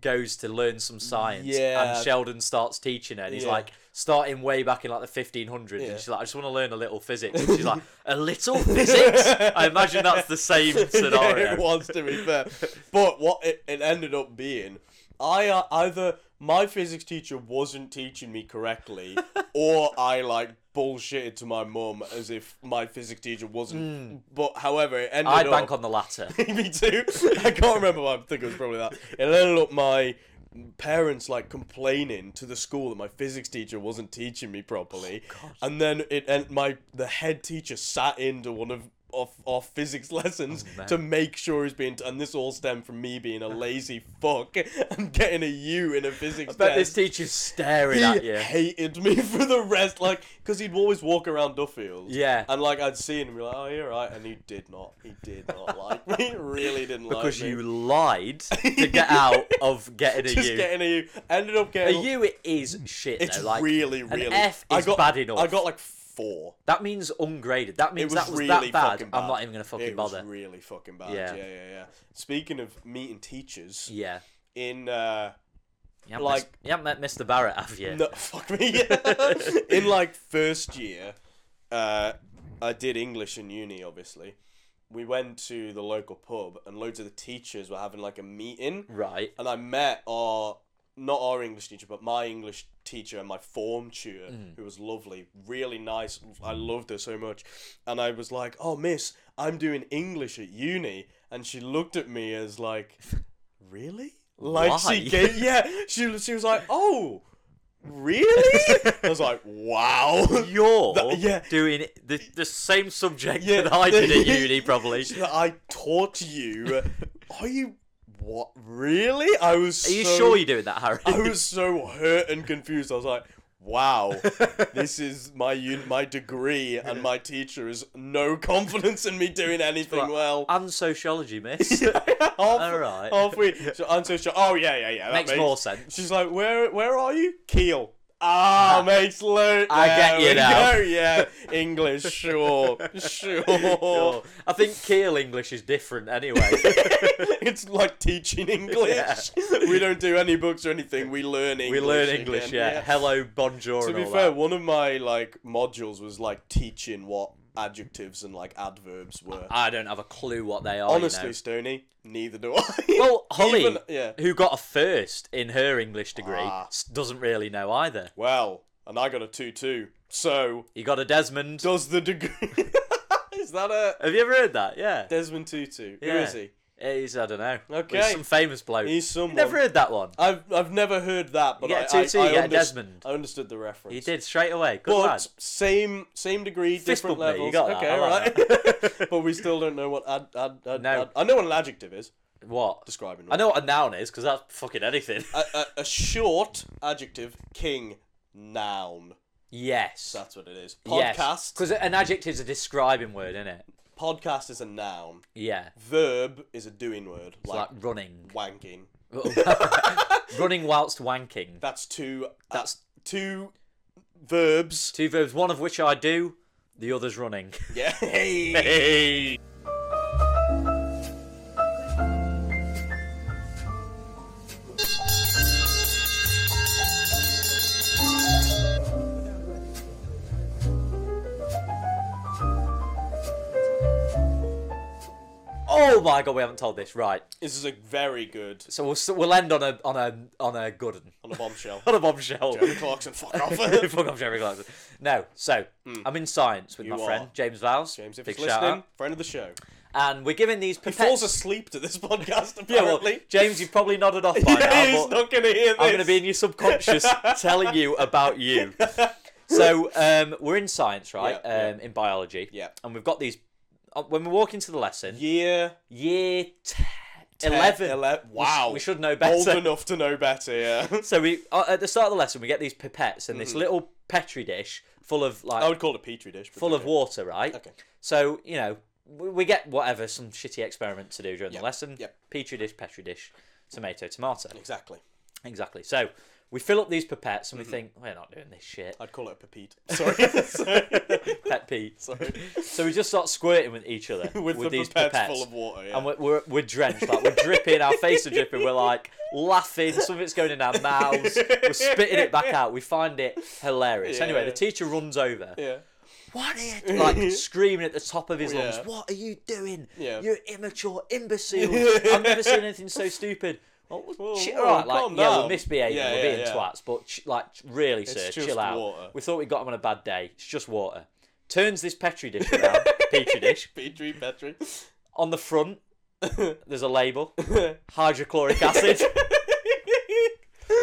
goes to learn some science Yeah. and Sheldon starts teaching her, and he's Yeah. like starting way back in like the 1500s, Yeah. and she's like, "I just want to learn a little physics." And she's like, "A little physics?" I imagine that's the same Yeah, scenario. it was to be fair, but what it, it ended up being, I uh, either my physics teacher wasn't teaching me correctly, or I like bullshitted to my mum as if my physics teacher wasn't. Hmm. But however, it ended I'd up. bank on the latter. me too. I can't remember. Why. I think it was probably that. It ended up my parents like complaining to the school that my physics teacher wasn't teaching me properly, Oh, and then it and my the head teacher sat into one of. Off, off physics lessons Oh, man. to make sure he's being, and this all stemmed from me being a lazy fuck and getting a U in a physics But test this teacher's staring at he you. hated me for the rest, like, because he'd always walk around Duffield. Yeah. And, like, I'd see him and be like, oh, you're right. And he did not. He did not like me. He really didn't like me. Because you lied to get out of getting a Just U. getting a U. Ended up a getting. U it is shit It's though. Like really, an really. F I is got, bad enough. I got, like, four. That means ungraded. That means It was, that was really that bad. fucking bad. I'm not even gonna fucking it bother. was really fucking bad. Yeah. Yeah, yeah, yeah. Speaking of meeting teachers, yeah. in. uh You haven't Like- mis- you haven't met Mr. Barrett, have you? No, fuck me. in like first year, uh, I did English in uni. Obviously, we went to the local pub, and loads of the teachers were having like a meeting, Right. and I met our not our English teacher, but my English teacher and my form tutor, Mm. who was lovely, really nice. I loved her so much, and I was like, "Oh, miss, I'm doing English at uni," and she looked at me as like, "Really?" Like Why? she gave, yeah, she she was like, "Oh." Really? I was like, wow. You're That- Oh. yeah. doing the, the same subject Yeah. that I did at uni, probably. That I taught you. Are you what? Really? I was. Are you so- sure you're doing that, Harry? I was so hurt and confused. I was like, "Wow, this is my un- my degree, and my teacher has no confidence in me doing anything well." And sociology, miss. half, alright. halfway. So, and so she, oh yeah, yeah, yeah. That Makes more sense. She's like, "Where, where are you, Keel?" Ah, makes loot. I get you now. yeah, English, sure, sure. Oh, Sure. I think Keel English is different anyway. it's like teaching English. Yeah. We don't do any books or anything. We learn English. we learn English, again. yeah. Hello, bonjour. To and be all fair, that. one of my like modules was like teaching what adjectives and like adverbs were. I don't have a clue what they are. you know. Honestly, Stoney, neither do I. Well, Holly, Even- yeah. who got a first in her English degree, Ah. s- doesn't really know either. Well, and I got a two-two. So You got a Desmond. does the degree? Is that a Have you ever heard that? Yeah. Desmond Tutu? Who Yeah. is he? He's, I don't know. He's Okay. some famous bloke. He's You someone. Never heard that one. I've I've never heard that, but get I a tutu, I, I you get a underst- Desmond. I understood the reference. He did straight away. Good But lad. same same degree, different bump me, levels. you got that, okay, I like right. but we still don't know what ad, ad, ad, No. ad- I know what an adjective is. What? Describing. I know what a noun is because that's fucking anything. a, a, a short adjective king noun. yes. That's what it is. Yes. Podcast. Because an adjective's a describing word, isn't it? Podcast is a noun. Yeah. Verb is a doing word, It's like, like running. wanking. running whilst wanking. That's two. That's- That's two verbs. Two verbs, one of which I do, the other's running. Yeah. Hey. Hey. Oh my god, we haven't told this right. This is a very good So we'll s- we'll end on a on a on a good un. on a bombshell. on a bombshell. Jeremy Clarkson, fuck off. Fuck off, Jeremy Clarkson. No, so I'm in science with Hmm. You my are. friend James Vowles. James, if big he's shout out. listening, friend of the show. And we're giving these He falls pipettes. asleep to this podcast, apparently. Yeah, well, James, you've probably nodded off by Yeah, now. he's but not going to hear this. I'm going to be in your subconscious telling you about you. So um, we're in science, right? Yeah, yeah. um, In biology. Yeah. And we've got these. uh, When we walk into the lesson, year year te- 11. Ele- We sh- wow. We should know Old better. enough to know better, yeah. So we uh, at the start of the lesson, we get these pipettes and Mm-hmm. this little petri dish full of like I would call it a petri dish. But full of water, right? Oh, Okay. So you know, we, we get whatever some shitty experiment to do during the lesson. yep. Petri dish, petri dish, tomato, tomato. Exactly. Exactly. So We fill up these pipettes Mm-hmm. and we think we're not doing this shit. I'd call it a pepete. Sorry. Sorry. Pet Pete. Sorry. So we just start squirting with each other With, with, the these pipettes, pipettes. full of water. Yeah. and we're, we're, we're drenched, like we're dripping, our faces are dripping, we're like laughing, something's going in our mouths, we're spitting it back out, we find it hilarious. Yeah. Anyway, the teacher runs over, yeah. what are you doing? Like screaming at the top of his lungs, Yeah. what are you doing? Yeah. You're immature imbecile. I've never seen anything so stupid. Oh, Whoa, chi- whoa, alright, like, calm yeah, we're down. misbehaving, Yeah, we're yeah, being yeah. twats, but ch- like, really, sir, just chill out. water. We thought we got him on a bad day, it's just water. Turns this Petri dish around, Petri dish, Petri, Petri. on the front, there's a label hydrochloric acid.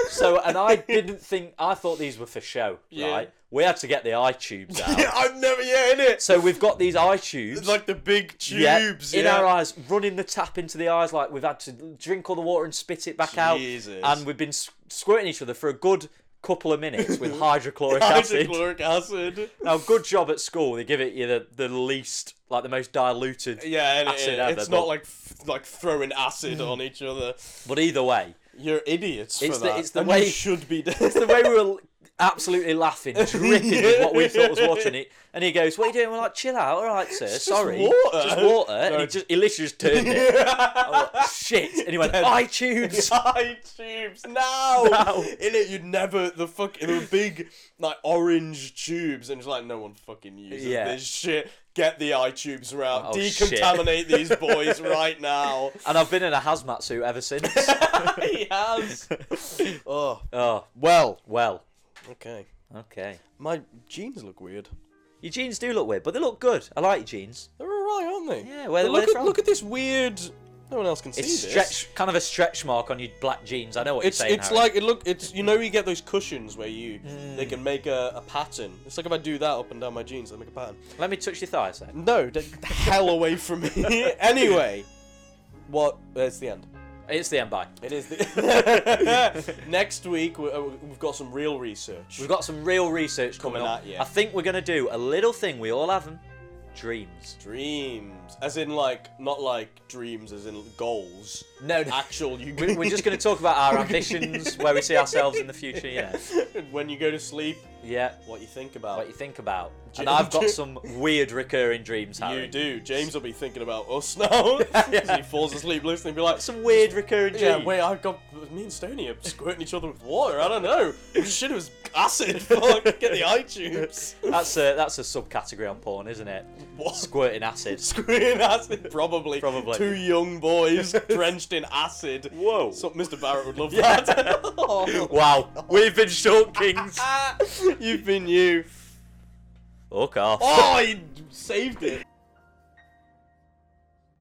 so, and I didn't think, I thought these were for show, Yeah. right? We had to get the eye tubes out. yeah, I've never, yeah, in it. So we've got these eye tubes. Like the big yeah, tubes. in yeah. our eyes, running the tap into the eyes like we've had to drink all the water and spit it back Jesus. out. And we've been s- squirting each other for a good couple of minutes with hydrochloric acid. Hydrochloric acid. Now, good job at school. They give it you the, the least, like the most diluted. Yeah, and Acid it, ever, it's but- not like f- like throwing acid on each other. But either way, You're idiots It's for the- that. it's the and way- you should be dead. It's the way we were absolutely laughing, dripping with what we thought was water, and he, and he goes, "What are you doing?" We're like, "Chill out, all right, sir. sorry, water." just water." And No. he just he literally just turned it. Oh, I was like, Shit, and he went, "iTunes." Eye tubes. No. No. In it, you'd never the fuck. They were big, like orange tubes, and it's like no one fucking uses Yeah. this shit. Get the eye tubes out. Oh, shit. Decontaminate these boys right now. And I've been in a hazmat suit ever since. he has. oh Oh well. well, Okay. okay. My jeans look weird. Your jeans do look weird, but they look good. I like your jeans. They're alright, aren't they? Yeah, where- where But look they're at from. look at this weird. No one else can see It's this. stretch, kind of a stretch mark on your black jeans. I know what It's you're saying. it's Harry. like it look it's you know you get those cushions where you they can make a, a pattern. It's like if I do that up and down my jeans, they make a pattern. Let me touch your thighs then. No, the the hell away from me. anyway, what? That's the end. It's the end. Bye. It is the next week. We, uh, we've got some real research. We've got some real research coming, Coming up. at you. I think we're gonna do a little thing we all have 'em. dreams. Dreams, as in like not like dreams, as in goals. No, no. Actual, you. We- We're just going to talk about our ambitions, where we see ourselves in the future. Yeah, when you go to sleep, yeah. what you think about. What you think about? J- And I've got some weird recurring dreams, Harry. You do. James will be thinking about us now. As he falls asleep listening, be like, Some weird recurring dreams. yeah, wait, I got me and Stony are squirting each other with water. I don't know. Shit, it was acid. Fuck, get the eye tubes. That's a that's a subcategory on porn, isn't it? What? Squirting acid. Squirting acid, probably. Probably. Two young boys drenched in acid. Whoa. So, Mr. Barrett would love Yeah. that. Oh. Wow, we've been short kings. Ah, You've been you. Look off. Oh, he saved it.